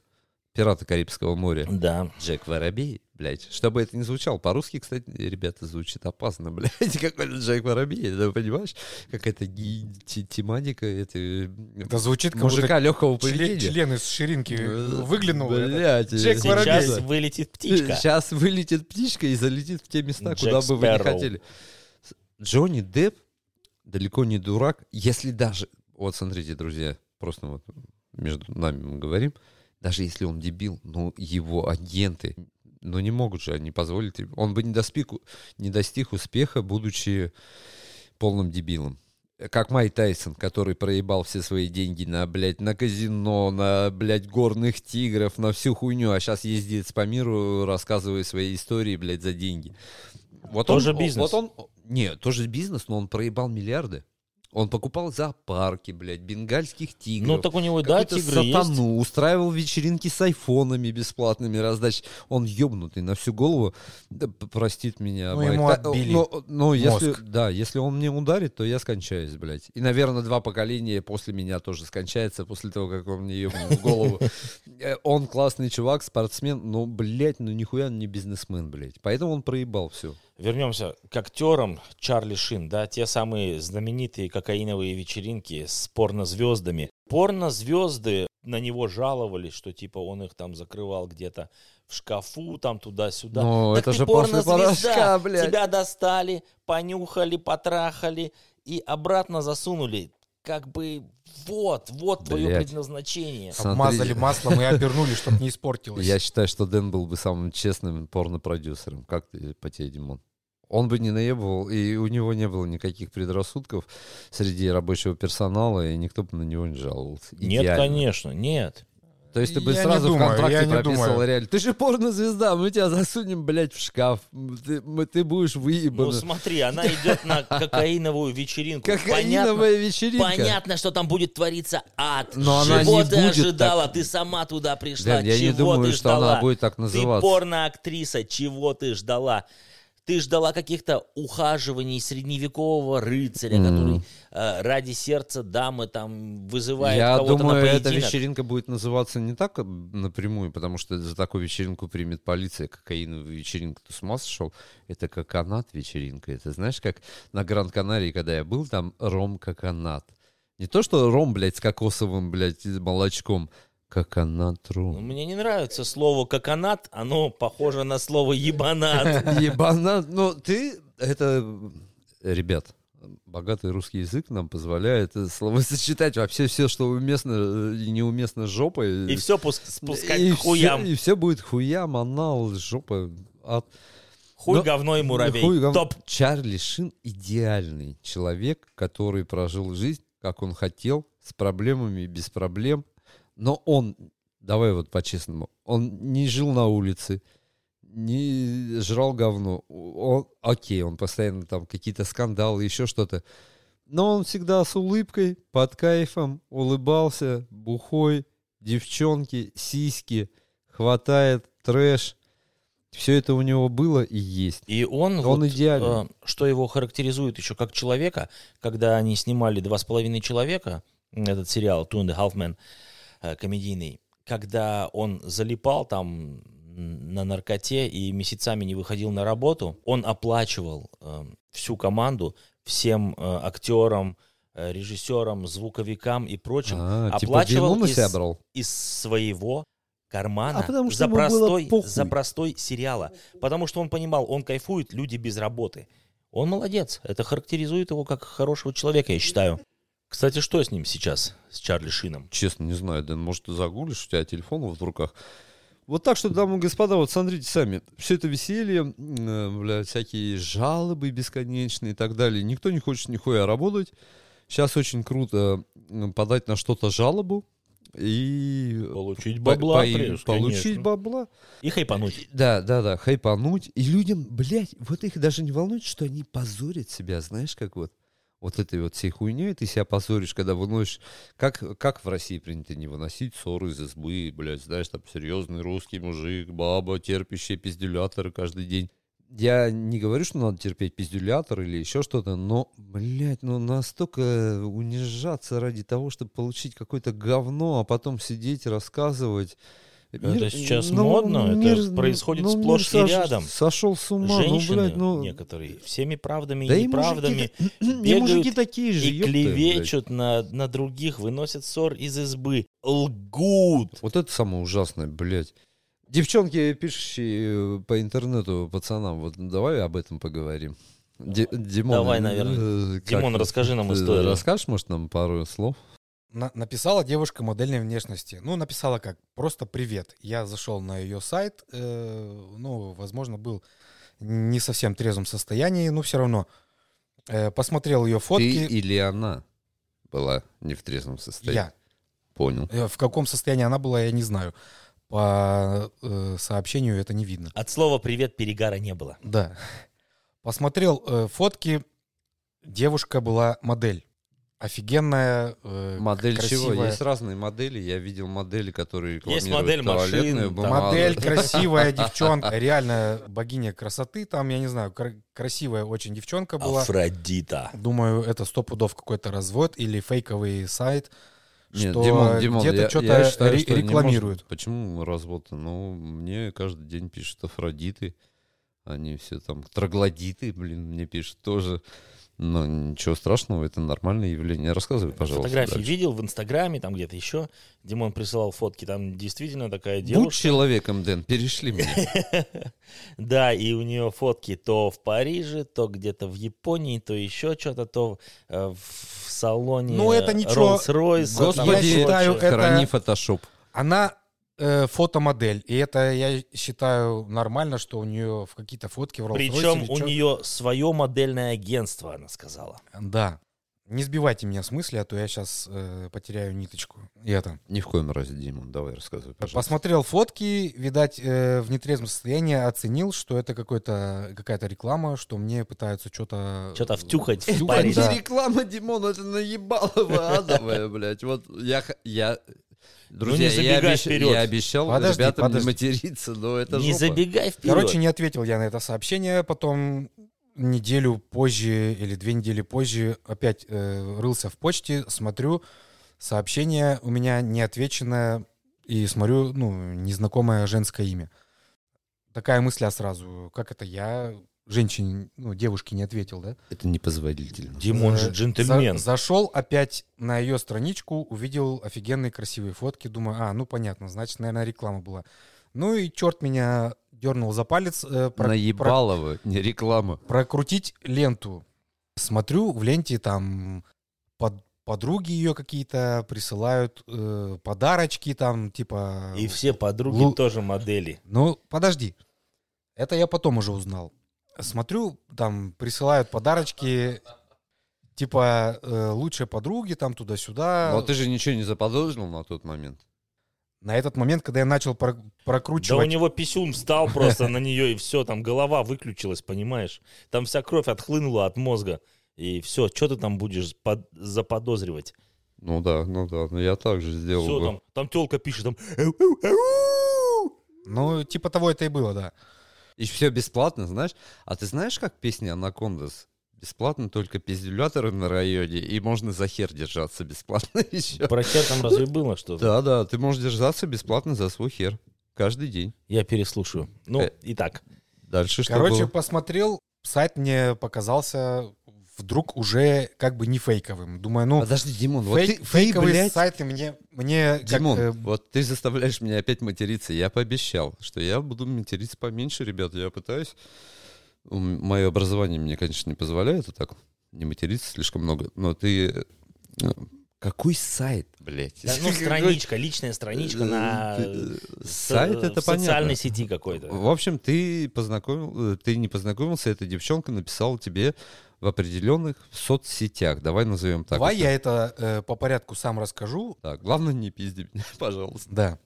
Speaker 1: «Пираты Карибского моря».
Speaker 4: Да.
Speaker 1: Джек Воробей, блядь. Чтобы это не звучало. По-русски, кстати, ребята, звучит опасно, блядь. Какой-то Джек Воробей, да, понимаешь? Какая-то ги- те- тематика это, э,
Speaker 5: Это звучит как
Speaker 1: мужика легкого
Speaker 5: будто член,
Speaker 1: поведения.
Speaker 5: член из ширинки
Speaker 1: Э,
Speaker 5: выглянул.
Speaker 1: Блядь,
Speaker 5: Джек
Speaker 1: э,
Speaker 5: Воробей.
Speaker 4: Сейчас вылетит птичка.
Speaker 1: Сейчас вылетит птичка и залетит в те места,
Speaker 4: Джек
Speaker 1: куда бы вы не
Speaker 4: Спэрроу.
Speaker 1: хотели. С- Джонни Депп далеко не дурак, если даже... Вот смотрите, друзья, просто вот между нами мы говорим, даже если он дебил, но его агенты, ну не могут же они позволить. им. Он бы не достиг, у- не достиг успеха, будучи полным дебилом. Как Майк Тайсон, который проебал все свои деньги на, блядь, на казино, на, блядь, горных тигров, на всю хуйню, а сейчас ездит по миру, рассказывая свои истории, блядь, за деньги. Вот
Speaker 4: Тоже
Speaker 1: он,
Speaker 4: бизнес.
Speaker 1: Вот он, нет, тоже бизнес, но он проебал миллиарды. Он покупал зоопарки, блядь, бенгальских тигров.
Speaker 4: Ну, так у него, да,
Speaker 1: какую-то
Speaker 4: тигры есть.
Speaker 1: сатану, устраивал вечеринки с айфонами бесплатными раздач. Он ёбнутый на всю голову. Да, п- простит меня,
Speaker 5: Ну,
Speaker 1: Майк.
Speaker 5: ему
Speaker 1: Та-
Speaker 5: отбили
Speaker 1: но, но если,
Speaker 5: мозг.
Speaker 1: да, если он мне ударит, то я скончаюсь, блядь. И, наверное, два поколения после меня тоже скончается, после того, как он мне ёбнул в голову. Э, Он классный чувак, спортсмен, но, блядь, ну нихуя он не бизнесмен, блядь. Поэтому он проебал все.
Speaker 4: Вернемся к актерам Чарли Шин, да, те самые знаменитые кокаиновые вечеринки с порнозвездами. Порнозвезды на него жаловались, что типа он их там закрывал где-то в шкафу, там туда-сюда.
Speaker 1: Но
Speaker 4: Так
Speaker 1: Ну, это
Speaker 4: ты
Speaker 1: же после
Speaker 4: порнозвезда,
Speaker 1: порошка, блядь.
Speaker 4: Тебя достали, понюхали, потрахали и обратно засунули. Как бы вот, вот твое
Speaker 1: Блядь.
Speaker 4: предназначение.
Speaker 1: Смотри.
Speaker 5: Обмазали маслом и обернули, чтобы не испортилось.
Speaker 1: Я считаю, что Дэн был бы самым честным порнопродюсером. Как ты по тебе, Димон? Он бы не наебывал, и у него не было никаких предрассудков среди рабочего персонала, и никто бы на него не жаловался.
Speaker 4: Нет,
Speaker 1: Идеально.
Speaker 4: конечно, нет.
Speaker 1: То есть ты бы
Speaker 5: Я не
Speaker 1: сразу
Speaker 5: думаю,
Speaker 1: в контракте
Speaker 5: я не
Speaker 1: прописывал
Speaker 5: думаю.
Speaker 1: реально. Ты же порнозвезда, мы тебя засунем, блядь, в шкаф. М, Ты, мы- ты будешь
Speaker 4: Ну
Speaker 1: выебан.
Speaker 4: смотри, она идет на кокаиновую вечеринку. Понятно,
Speaker 1: Кокаиновая вечеринка.
Speaker 4: Понятно, что там будет твориться ад.
Speaker 1: Но она
Speaker 4: Чего
Speaker 1: не
Speaker 4: ты
Speaker 1: будет
Speaker 4: ожидала? Ты сама туда пришла.
Speaker 1: Дэн, я
Speaker 4: Чего
Speaker 1: не думаю,
Speaker 4: ты
Speaker 1: что она
Speaker 4: ждала?
Speaker 1: будет так
Speaker 4: Ты
Speaker 1: называться.
Speaker 4: порно-актриса. Чего ты ждала? Ты ждала каких-то ухаживаний средневекового рыцаря,
Speaker 1: М.
Speaker 4: который э, ради сердца дамы там вызывает
Speaker 1: Я
Speaker 4: кого-то
Speaker 1: думаю,
Speaker 4: на
Speaker 1: эта
Speaker 4: поединок.
Speaker 1: вечеринка будет называться не так э, напрямую, потому что за такую вечеринку примет полиция кокаиновую вечеринку. Ты с ума сошел? Это коконат вечеринка. Это знаешь, как на Гранд-Канарии, когда я был, там ром-коконат. Не то, что ром, блядь, с кокосовым, блядь, молочком. Коконат
Speaker 4: Ну,
Speaker 1: ром.
Speaker 4: Мне не нравится слово «коконат», оно похоже на слово «ебанат».
Speaker 1: Ебанат. Ну, ты... Это... Ребят, богатый русский язык нам позволяет э, словосочетать вообще все, что уместно э, и неуместно жопой. э,
Speaker 4: И все спускать
Speaker 1: И
Speaker 4: к хуям.
Speaker 1: всё- и все будет хуям, а анал, жопа. ад.
Speaker 4: Хуй,
Speaker 1: Ну,
Speaker 4: говно и муравей.
Speaker 1: Хуй гам-
Speaker 4: Топ.
Speaker 1: Чарли Шин идеальный человек, который прожил жизнь, как он хотел, с проблемами и без проблем. Но он, давай вот по-честному, он не жил на улице, не жрал говно. Он, окей, он постоянно там какие-то скандалы, еще что-то. Но он всегда с улыбкой, под кайфом, улыбался, бухой, девчонки, сиськи, хватает, трэш. Все это у него было и есть.
Speaker 4: И он,
Speaker 1: Он
Speaker 4: вот,
Speaker 1: идеален.
Speaker 4: э, что его характеризует еще как человека, когда они снимали «Два с половиной человека», этот сериал «Two and a Half Men», э, комедийный, когда он залипал там м, на наркоте и месяцами не выходил на работу, он оплачивал э, всю команду, всем э, актерам, э, режиссерам, звуковикам и прочим
Speaker 1: А, типа
Speaker 4: оплачивал
Speaker 1: вину на
Speaker 4: из-
Speaker 1: себя брал.
Speaker 4: из своего кармана
Speaker 1: А потому что
Speaker 4: за,
Speaker 1: ему было
Speaker 4: простой,
Speaker 1: похуй.
Speaker 4: за простой сериала. Потому что он понимал, он кайфует, люди без работы. Он молодец. Это характеризует его как хорошего человека, я считаю. Кстати, что с ним сейчас, с Чарли Шином?
Speaker 1: Честно, не знаю, Дэн, может, ты загуглишь, у тебя телефон вот в руках. Вот так что, дамы и господа, вот смотрите сами, все это веселье, м, э, бля, всякие жалобы бесконечные и так далее. Никто не хочет нихуя работать. Сейчас очень круто м, подать на что-то жалобу и
Speaker 4: Получить
Speaker 1: по-
Speaker 4: бабла.
Speaker 1: по- получить бабла.
Speaker 4: И хайпануть.
Speaker 1: Да, да, да, хайпануть. И людям, блядь, вот их даже не волнует, что они позорят себя, знаешь, как вот. Вот этой вот всей хуйней ты себя позоришь, когда выносишь... Как, как в России принято не выносить ссоры из избы, блядь, знаешь, там серьезный русский мужик, баба, терпящая пиздюлятора каждый день. Я не говорю, что надо терпеть пиздюлятор или еще что-то, но, блядь, ну настолько унижаться ради того, чтобы получить какое-то говно, а потом сидеть, рассказывать. ну,
Speaker 4: Это сейчас модно, это происходит сплошь и рядом.
Speaker 1: Сошел с ума,
Speaker 4: Женщины
Speaker 1: ну, блядь, ну...
Speaker 4: некоторые всеми правдами
Speaker 1: Да
Speaker 4: и
Speaker 1: и
Speaker 4: неправдами
Speaker 1: мужики, и
Speaker 4: бегают
Speaker 1: мужики такие же,
Speaker 4: и
Speaker 1: ёпта, блядь.
Speaker 4: клевечут на, на других, выносят ссор из избы, лгут.
Speaker 1: Вот это самое ужасное, блядь. Девчонки, пишущие э, по интернету пацанам, вот давай об этом поговорим. Ди- Димон,
Speaker 4: Ну, Давай,
Speaker 1: э,
Speaker 4: наверное.
Speaker 1: э, как
Speaker 4: Димон,
Speaker 1: ты-
Speaker 4: расскажи нам
Speaker 1: ты
Speaker 4: историю.
Speaker 1: Расскажешь, может, нам пару слов?
Speaker 5: На- написала девушка модельной внешности. Ну, написала как? Просто привет. Я зашел на ее сайт. э, ну, возможно, был не совсем трезвом состоянии, но все равно. Э, посмотрел ее
Speaker 1: Ты
Speaker 5: фотки.
Speaker 1: или она была не в трезвом состоянии?
Speaker 5: Я.
Speaker 1: Понял.
Speaker 5: Э, в каком состоянии она была, я не знаю. По э, сообщению это не видно.
Speaker 4: От слова «привет» перегара не было.
Speaker 5: Да. Посмотрел э, фотки. Девушка была модель. офигенная... э,
Speaker 1: Модель чего?
Speaker 5: красивая.
Speaker 1: Есть разные модели. Я видел модели, которые рекламируют
Speaker 4: модель машин,
Speaker 1: туалетную
Speaker 4: там.
Speaker 1: бумагу.
Speaker 5: Модель красивая девчонка, реально богиня красоты там, я не знаю, кра- красивая очень
Speaker 1: А
Speaker 5: девчонка была.
Speaker 4: Афродита.
Speaker 5: Думаю, это сто пудов какой-то развод или фейковый сайт,
Speaker 1: Нет,
Speaker 5: что
Speaker 1: Димон, Димон,
Speaker 5: где-то
Speaker 1: я-
Speaker 5: что-то
Speaker 1: я считаю,
Speaker 5: ре-
Speaker 1: что не
Speaker 5: рекламируют.
Speaker 1: может- Почему развод? Ну, мне каждый день пишут афродиты. Они все там троглодиты, блин, мне пишут тоже. Но ничего страшного, это нормальное явление. Рассказывай, пожалуйста.
Speaker 4: Фотографии
Speaker 1: дальше.
Speaker 4: видел в Инстаграме, там где-то еще. Димон присылал фотки, там действительно такая
Speaker 1: Будь
Speaker 4: девушка.
Speaker 1: человеком, Дэн, перешли мне.
Speaker 4: Да, и у нее фотки то в Париже, то где-то в Японии, то еще что-то, то э, в в салоне
Speaker 5: Ну, это
Speaker 4: э,
Speaker 5: ничего.
Speaker 4: Rolls-Royce. там
Speaker 1: Господи,
Speaker 4: и прочее.
Speaker 5: считаю, это-
Speaker 1: Храни фотошоп.
Speaker 5: Она э, фотомодель, и это, я считаю, нормально, что у нее в какие-то фотки в Rolls-Royce
Speaker 4: Причем
Speaker 5: или
Speaker 4: у
Speaker 5: чё-
Speaker 4: нее свое модельное агентство, она сказала.
Speaker 5: Да. Не сбивайте меня с мысли, а то я сейчас потеряю ниточку. И это.
Speaker 1: Ни в коем разе, Димон, давай рассказывай, пожалуйста.
Speaker 5: Посмотрел фотки, видать, э, в нетрезвом состоянии оценил, что это какой-то, какая-то реклама, что мне пытаются что-то...
Speaker 4: Что-то втюхать в
Speaker 5: Втюхать,
Speaker 4: Париж.
Speaker 5: да.
Speaker 1: реклама, Димон, это наебалово адовая, блядь. Вот я... х- я...
Speaker 5: Ну,
Speaker 1: Друзья, я,
Speaker 4: забегай
Speaker 1: обещ-
Speaker 4: вперед.
Speaker 1: я обещал
Speaker 5: Подожди,
Speaker 1: ребятам не
Speaker 5: подожди.
Speaker 1: материться, но это
Speaker 4: Не
Speaker 1: жопа.
Speaker 4: забегай вперед.
Speaker 5: Короче, не ответил я на это сообщение, потом неделю позже или две недели позже опять э, рылся в почте, смотрю, сообщение у меня неотвеченное, и смотрю, ну, незнакомое женское имя. Такая мысля сразу, как это я женщине, ну, девушке не ответил, да?
Speaker 1: Это непозволительно.
Speaker 4: Димон же
Speaker 5: Э,
Speaker 4: джентльмен.
Speaker 5: за- зашел опять на ее страничку, увидел офигенные красивые фотки, думаю, а, ну понятно, значит, наверное, реклама была. Ну и черт меня дернул за палец э, про- про-
Speaker 1: Наебалово, не реклама.
Speaker 5: прокрутить ленту. Смотрю, в ленте там под- подруги ее какие-то присылают э, подарочки там, типа...
Speaker 4: И все подруги
Speaker 5: Лу-
Speaker 4: тоже модели.
Speaker 5: Ну, подожди. Это я потом уже узнал. Смотрю, там присылают подарочки, типа э, лучшие подруги, там туда-сюда.
Speaker 1: Но ты же ничего не заподозрил на тот момент.
Speaker 5: На этот момент, когда я начал про-
Speaker 4: Да у
Speaker 5: прокручивать...
Speaker 4: него писюн встал просто на нее, и все, там голова выключилась, понимаешь? Там вся кровь отхлынула от мозга. И все, что ты там будешь под- заподозривать?
Speaker 1: Ну да, ну да, но я так же сделал
Speaker 4: Все,
Speaker 1: бы.
Speaker 4: там, там телка пишет, там...
Speaker 5: Ну, типа того это и было, да.
Speaker 1: И все бесплатно, знаешь? А ты знаешь, как песни Анакондас? Бесплатно только пиздюляторы на районе, и можно за хер держаться бесплатно еще.
Speaker 4: Про хер там разве было что-то?
Speaker 1: Да-да, ты можешь держаться бесплатно за свой хер. Каждый день.
Speaker 4: Я переслушаю. Ну,
Speaker 1: Э.
Speaker 4: итак.
Speaker 1: Дальше что
Speaker 5: Короче,
Speaker 1: было?
Speaker 5: посмотрел, сайт мне показался вдруг уже как бы не фейковым. Думаю, ну,
Speaker 1: Подожди, Димон, вот
Speaker 5: фейк-
Speaker 1: ты, ты,
Speaker 5: фейковые
Speaker 1: блядь,
Speaker 5: сайты мне... мне как,
Speaker 1: Димон,
Speaker 5: э,
Speaker 1: вот ты заставляешь меня опять материться. Я пообещал, что я буду материться поменьше, ребята. Я пытаюсь. Мое образование мне, конечно, не позволяет вот так не материться слишком много. Но ты... э, Какой сайт, блядь?
Speaker 4: Да, ну, страничка, личная страничка на
Speaker 1: Э,
Speaker 4: с-
Speaker 1: Сайт
Speaker 4: в
Speaker 1: это понятно.
Speaker 4: социальной сети какой-то.
Speaker 1: В общем, ты познакомил, э, ты не познакомился, эта девчонка написала тебе в определенных соцсетях. Давай назовем так.
Speaker 5: давай
Speaker 1: это.
Speaker 5: я это э, по порядку сам расскажу,
Speaker 1: Так, главное не пизди меня, пожалуйста.
Speaker 5: Да.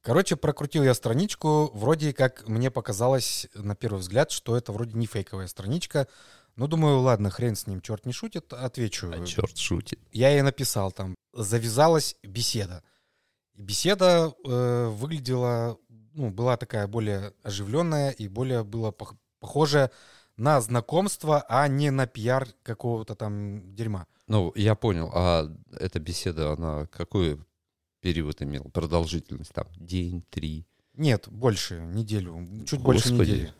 Speaker 5: Короче, прокрутил я страничку. Вроде как мне показалось на первый взгляд, что это вроде не фейковая страничка. Ну, думаю, ладно, хрен с ним, черт не шутит, отвечу.
Speaker 1: А черт шутит.
Speaker 5: Я ей написал там. Завязалась беседа. И Беседа э, выглядела, ну, была такая более оживленная и более было пох- похоже на знакомство, а не на пиар какого-то там дерьма.
Speaker 1: Ну, я понял. А эта беседа, она какой период имела? Продолжительность там? День, три?
Speaker 5: Нет, больше, неделю, чуть больше
Speaker 1: Господи.
Speaker 5: недели.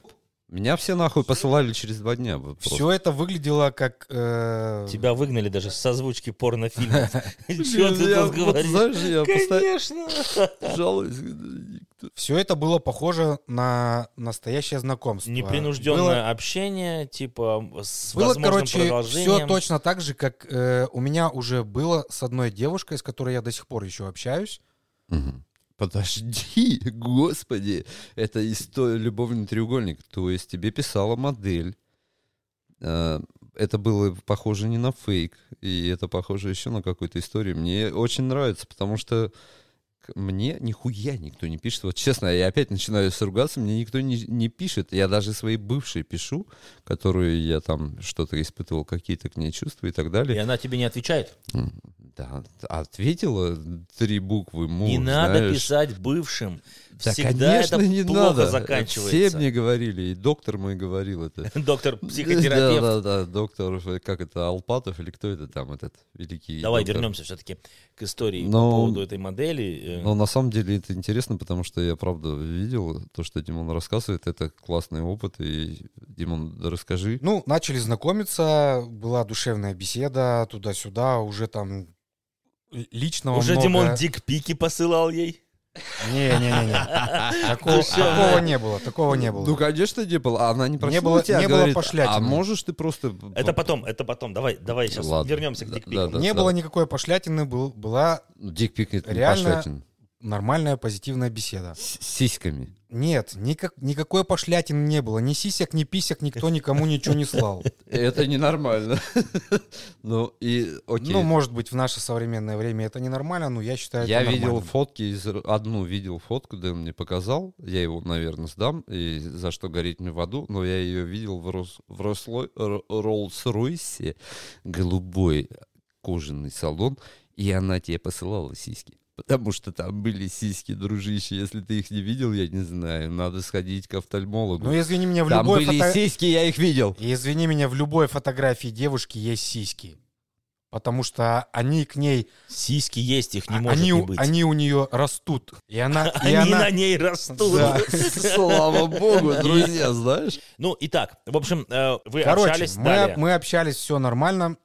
Speaker 1: Меня все нахуй посылали через два дня. вот просто.
Speaker 5: Все это выглядело как... э,
Speaker 4: Тебя выгнали даже с озвучки порнофильма. Что
Speaker 1: Блин,
Speaker 4: ты
Speaker 1: я
Speaker 4: тут
Speaker 1: вот,
Speaker 4: говоришь?
Speaker 1: знаешь, я постоянно
Speaker 4: Конечно.
Speaker 1: жалуюсь.
Speaker 5: Все это было похоже на настоящее знакомство.
Speaker 4: Непринужденное общение, типа, с
Speaker 5: Было, было
Speaker 4: возможным
Speaker 5: короче,
Speaker 4: продолжением.
Speaker 5: все точно так же, как э, у меня уже было с одной девушкой, с которой я до сих пор еще общаюсь.
Speaker 1: Мгм. Подожди, господи. Это история любовный треугольник. То есть тебе писала модель. Э, Это было похоже не на фейк. И это похоже еще на какую-то историю. Мне очень нравится, потому что к- мне нихуя никто не пишет. Вот честно, я опять начинаю ругаться, мне никто не, не пишет. Я даже свои бывшие пишу, которые я там что-то испытывал, какие-то к ней чувства и так
Speaker 4: И
Speaker 1: далее.
Speaker 4: она тебе не отвечает.
Speaker 1: М, Да, ответила три буквы муж,
Speaker 4: не надо
Speaker 1: знаешь.
Speaker 4: писать бывшим.
Speaker 1: Да,
Speaker 4: Всегда
Speaker 1: конечно,
Speaker 4: это
Speaker 1: не
Speaker 4: плохо
Speaker 1: надо.
Speaker 4: заканчивается.
Speaker 1: Все мне говорили, и доктор мой говорил это.
Speaker 4: Доктор психотерапевт.
Speaker 1: Да, да, да, доктор, э, как это, Алпатов или кто это там, этот великий
Speaker 4: Давай
Speaker 1: доктор?
Speaker 4: вернемся все-таки к истории
Speaker 5: Ну,
Speaker 1: Но-
Speaker 4: по поводу этой модели. Э,
Speaker 1: Но на самом деле это интересно, потому что я правда видел то, что Димон рассказывает, это классный опыт, и Димон, да расскажи.
Speaker 5: Ну, начали знакомиться, была душевная беседа туда-сюда, уже там л- личного
Speaker 4: Уже
Speaker 5: ну, много.
Speaker 4: Димон дикпики посылал ей.
Speaker 5: Не-не-не. Такого
Speaker 4: Душевная.
Speaker 5: такого а не было, такого не было.
Speaker 1: Ну, конечно, не было, а она не просила
Speaker 5: было-
Speaker 1: тебя,
Speaker 5: не было
Speaker 1: говорит,
Speaker 5: пошлятины.
Speaker 1: а можешь ты просто...
Speaker 4: Это потом, это потом. Давай, давай сейчас
Speaker 1: Ладно.
Speaker 4: вернемся к
Speaker 1: Да,
Speaker 4: дикпикам.
Speaker 1: да,
Speaker 5: Не было никакой пошлятины, был- была
Speaker 1: Дикпик это не
Speaker 5: Реально-
Speaker 1: пошлятин.
Speaker 5: нормальная позитивная беседа.
Speaker 1: С сиськами.
Speaker 5: Нет, никак, никакой пошлятин не было. Ни сисек, ни писек, никто никому ничего не слал.
Speaker 1: Это ненормально. Ну, и окей.
Speaker 5: Ну, может быть, в наше современное время это ненормально, но я считаю,
Speaker 1: я
Speaker 5: это
Speaker 1: видел
Speaker 5: нормально.
Speaker 1: фотки, из... Р- одну видел фотку, Дэн мне показал, я его, наверное, сдам, и за что гореть мне в аду, но я ее видел в, Рос... в Росло- Р- Роллс-Ройсе, голубой кожаный салон, и она тебе посылала сиськи. Потому что там были сиськи, дружище, если ты их не видел, я не знаю, надо сходить к офтальмологу.
Speaker 5: Ну, извини меня, в
Speaker 1: там
Speaker 5: любой
Speaker 1: были
Speaker 5: фото-
Speaker 1: сиськи, я их видел.
Speaker 5: Извини меня, в любой фотографии девушки есть сиськи. Потому что они к ней,
Speaker 4: Сиськи есть, их не
Speaker 5: а-
Speaker 4: может
Speaker 5: они,
Speaker 4: не
Speaker 5: у-
Speaker 4: быть.
Speaker 5: они у нее растут. И она, и
Speaker 4: Они
Speaker 5: она-
Speaker 4: на ней растут.
Speaker 5: Да.
Speaker 1: Слава богу, друзья, знаешь?
Speaker 4: Ну, итак, в общем, э, вы
Speaker 5: Короче,
Speaker 4: общались
Speaker 5: мы,
Speaker 4: далее.
Speaker 5: мы общались, все нормально.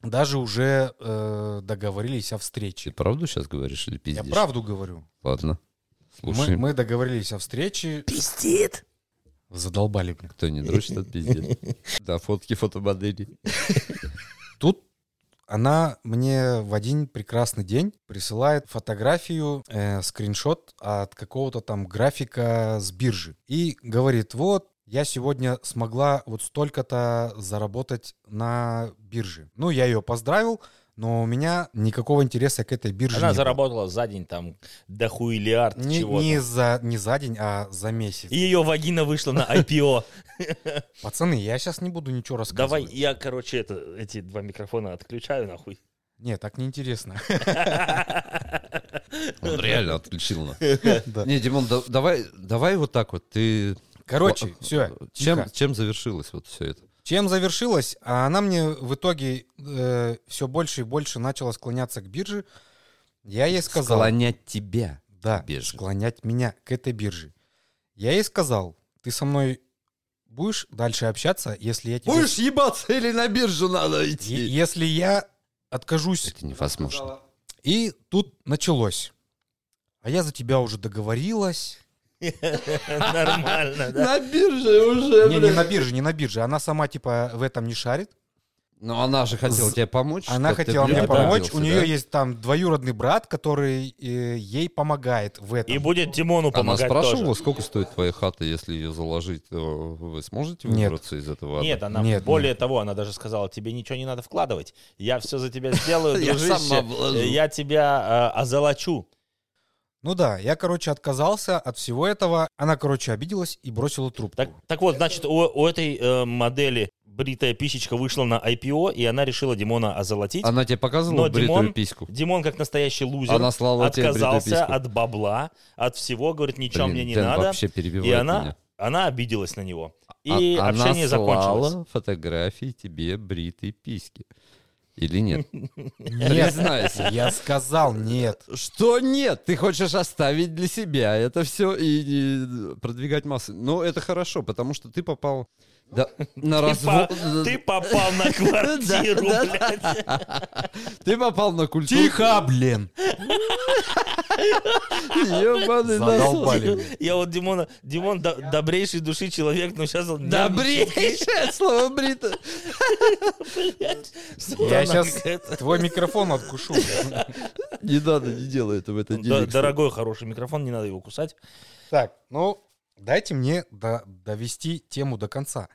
Speaker 5: Даже уже э, договорились о
Speaker 1: Ты
Speaker 5: встрече.
Speaker 1: правду сейчас говоришь или
Speaker 5: Я
Speaker 1: пиздишь?
Speaker 5: правду говорю.
Speaker 1: Ладно.
Speaker 5: Мы,
Speaker 1: Слушай,
Speaker 5: мы договорились о встрече.
Speaker 4: Пиздит.
Speaker 5: Задолбали, блин.
Speaker 1: кто не дрочит, тот пиздец. Да, фотки фотомоделей.
Speaker 5: Тут она мне в один прекрасный день присылает фотографию, э, скриншот от какого-то там графика с биржи. И говорит, вот, я сегодня смогла вот столько-то заработать на бирже. Ну, я ее поздравил, но у меня никакого интереса к этой бирже
Speaker 4: Она
Speaker 5: не было.
Speaker 4: заработала за день там дохуиллиард
Speaker 5: Не,
Speaker 4: чего-то.
Speaker 5: не за, не за день, а за месяц.
Speaker 4: И ее вагина вышла на IPO.
Speaker 5: Пацаны, я сейчас не буду ничего
Speaker 4: Давай,
Speaker 5: рассказывать.
Speaker 4: я, короче, это, эти два микрофона отключаю нахуй.
Speaker 5: Не, так неинтересно.
Speaker 1: Он реально отключил нас.
Speaker 5: Да.
Speaker 1: Не, Димон, да- давай, давай вот так вот. Ты
Speaker 5: Короче, все.
Speaker 1: э, чем, чем завершилось вот все это?
Speaker 5: Чем завершилось? А она мне в итоге все больше и больше начала склоняться к бирже. Я ей сказал,
Speaker 1: Склонять тебя.
Speaker 5: да,
Speaker 1: к бирже.
Speaker 5: склонять меня к этой бирже. Я ей сказал, ты со мной будешь дальше общаться, если я тебе,
Speaker 1: ебаться или на биржу надо
Speaker 5: е- если я откажусь.
Speaker 1: Это невозможно.
Speaker 5: И тут началось. А я за тебя уже договорилась.
Speaker 4: Нормально, да?
Speaker 1: На бирже уже,
Speaker 5: Не, не на бирже, не на бирже. Она сама типа в этом не шарит.
Speaker 1: Но она же хотела
Speaker 5: З-
Speaker 1: тебе помочь.
Speaker 5: Она
Speaker 1: чтоб ты
Speaker 5: хотела мне
Speaker 1: прям
Speaker 5: помочь.
Speaker 1: добился,
Speaker 5: У
Speaker 1: да?
Speaker 5: нее есть там двоюродный брат, который э, ей помогает в этом.
Speaker 4: И будет Тимону
Speaker 1: Она
Speaker 4: помогать
Speaker 1: спрашивала,
Speaker 4: тоже.
Speaker 1: сколько стоит твоя хата, если ее заложить, то вы сможете
Speaker 5: Нет.
Speaker 1: выбраться из этого? ада?
Speaker 4: Нет, она
Speaker 5: Нет,
Speaker 4: более того, она даже сказала, тебе ничего не надо вкладывать. Я все за тебя сделаю,
Speaker 1: Я сама
Speaker 4: дружище.
Speaker 1: вложу.
Speaker 4: Я тебя э, озолочу.
Speaker 5: Ну да, я, короче, отказался от всего этого. Она, короче, обиделась и бросила трубку.
Speaker 4: Так, так вот, значит, у, у этой э, модели бритая писечка вышла на IPO, и она решила Димона озолотить.
Speaker 1: Она тебе показывала
Speaker 4: Но
Speaker 1: бритую
Speaker 4: Димон-
Speaker 1: письку?
Speaker 4: Димон, как настоящий лузер,
Speaker 1: Она слала тебе бритую
Speaker 4: отказался
Speaker 1: письку?
Speaker 4: от бабла, от всего, говорит, ничего
Speaker 1: Блин,
Speaker 4: мне не
Speaker 1: Дэн
Speaker 4: надо.
Speaker 1: вообще перебивает
Speaker 4: И она,
Speaker 1: меня.
Speaker 4: она обиделась на него. И
Speaker 1: А-
Speaker 4: общение
Speaker 1: она слала
Speaker 4: закончилось.
Speaker 1: фотографии тебе бритой письки. Или нет?
Speaker 5: Нет,
Speaker 1: Признайся.
Speaker 5: я сказал нет.
Speaker 1: Что нет? Ты хочешь оставить для себя это все и, не продвигать массы. Но это хорошо, потому что ты попал да, на
Speaker 4: Ты,
Speaker 1: развод.
Speaker 4: по- Типа, ты попал на квартиру,
Speaker 1: Да,
Speaker 4: блядь.
Speaker 1: Ты попал на культуру.
Speaker 5: Тихо, блин.
Speaker 1: Ебаный насос.
Speaker 5: Задолбали. меня.
Speaker 4: Я вот Димона... Димон до- добрейшей души человек, но сейчас он...
Speaker 1: Добрейшее слово брита.
Speaker 5: Я сейчас твой микрофон откушу.
Speaker 1: Не надо, не делай этого, это
Speaker 4: Д-
Speaker 1: денег.
Speaker 4: Дорогой хороший микрофон, не надо его кусать.
Speaker 5: Так, ну, дайте мне до- довести тему до конца.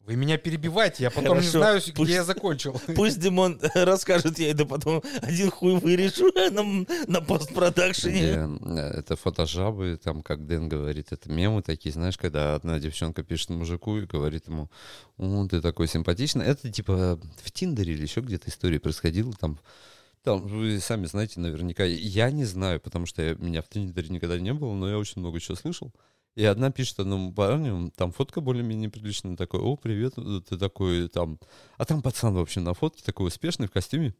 Speaker 5: Вы меня перебиваете, я потом не
Speaker 4: Хорошо,
Speaker 5: знаю,
Speaker 4: пусть-
Speaker 5: где я закончил.
Speaker 4: Пусть Димон расскажет, я это потом один хуй вырежу на, на постпродакшене.
Speaker 1: Где, э, это фотожабы, там, как Дэн говорит, это мемы такие, знаешь, когда одна девчонка пишет мужику и говорит ему, «О, ты такой симпатичный». Это типа в Тиндере или еще где-то история происходила, там, там, вы сами знаете наверняка, я не знаю, потому что я- меня в Тиндере никогда не было, но я очень много чего слышал. И одна пишет одному парню, там фотка более-менее приличная, такой, о, привет, э, ты такой, там, а там пацан, в общем, на фотке, такой успешный, в костюме,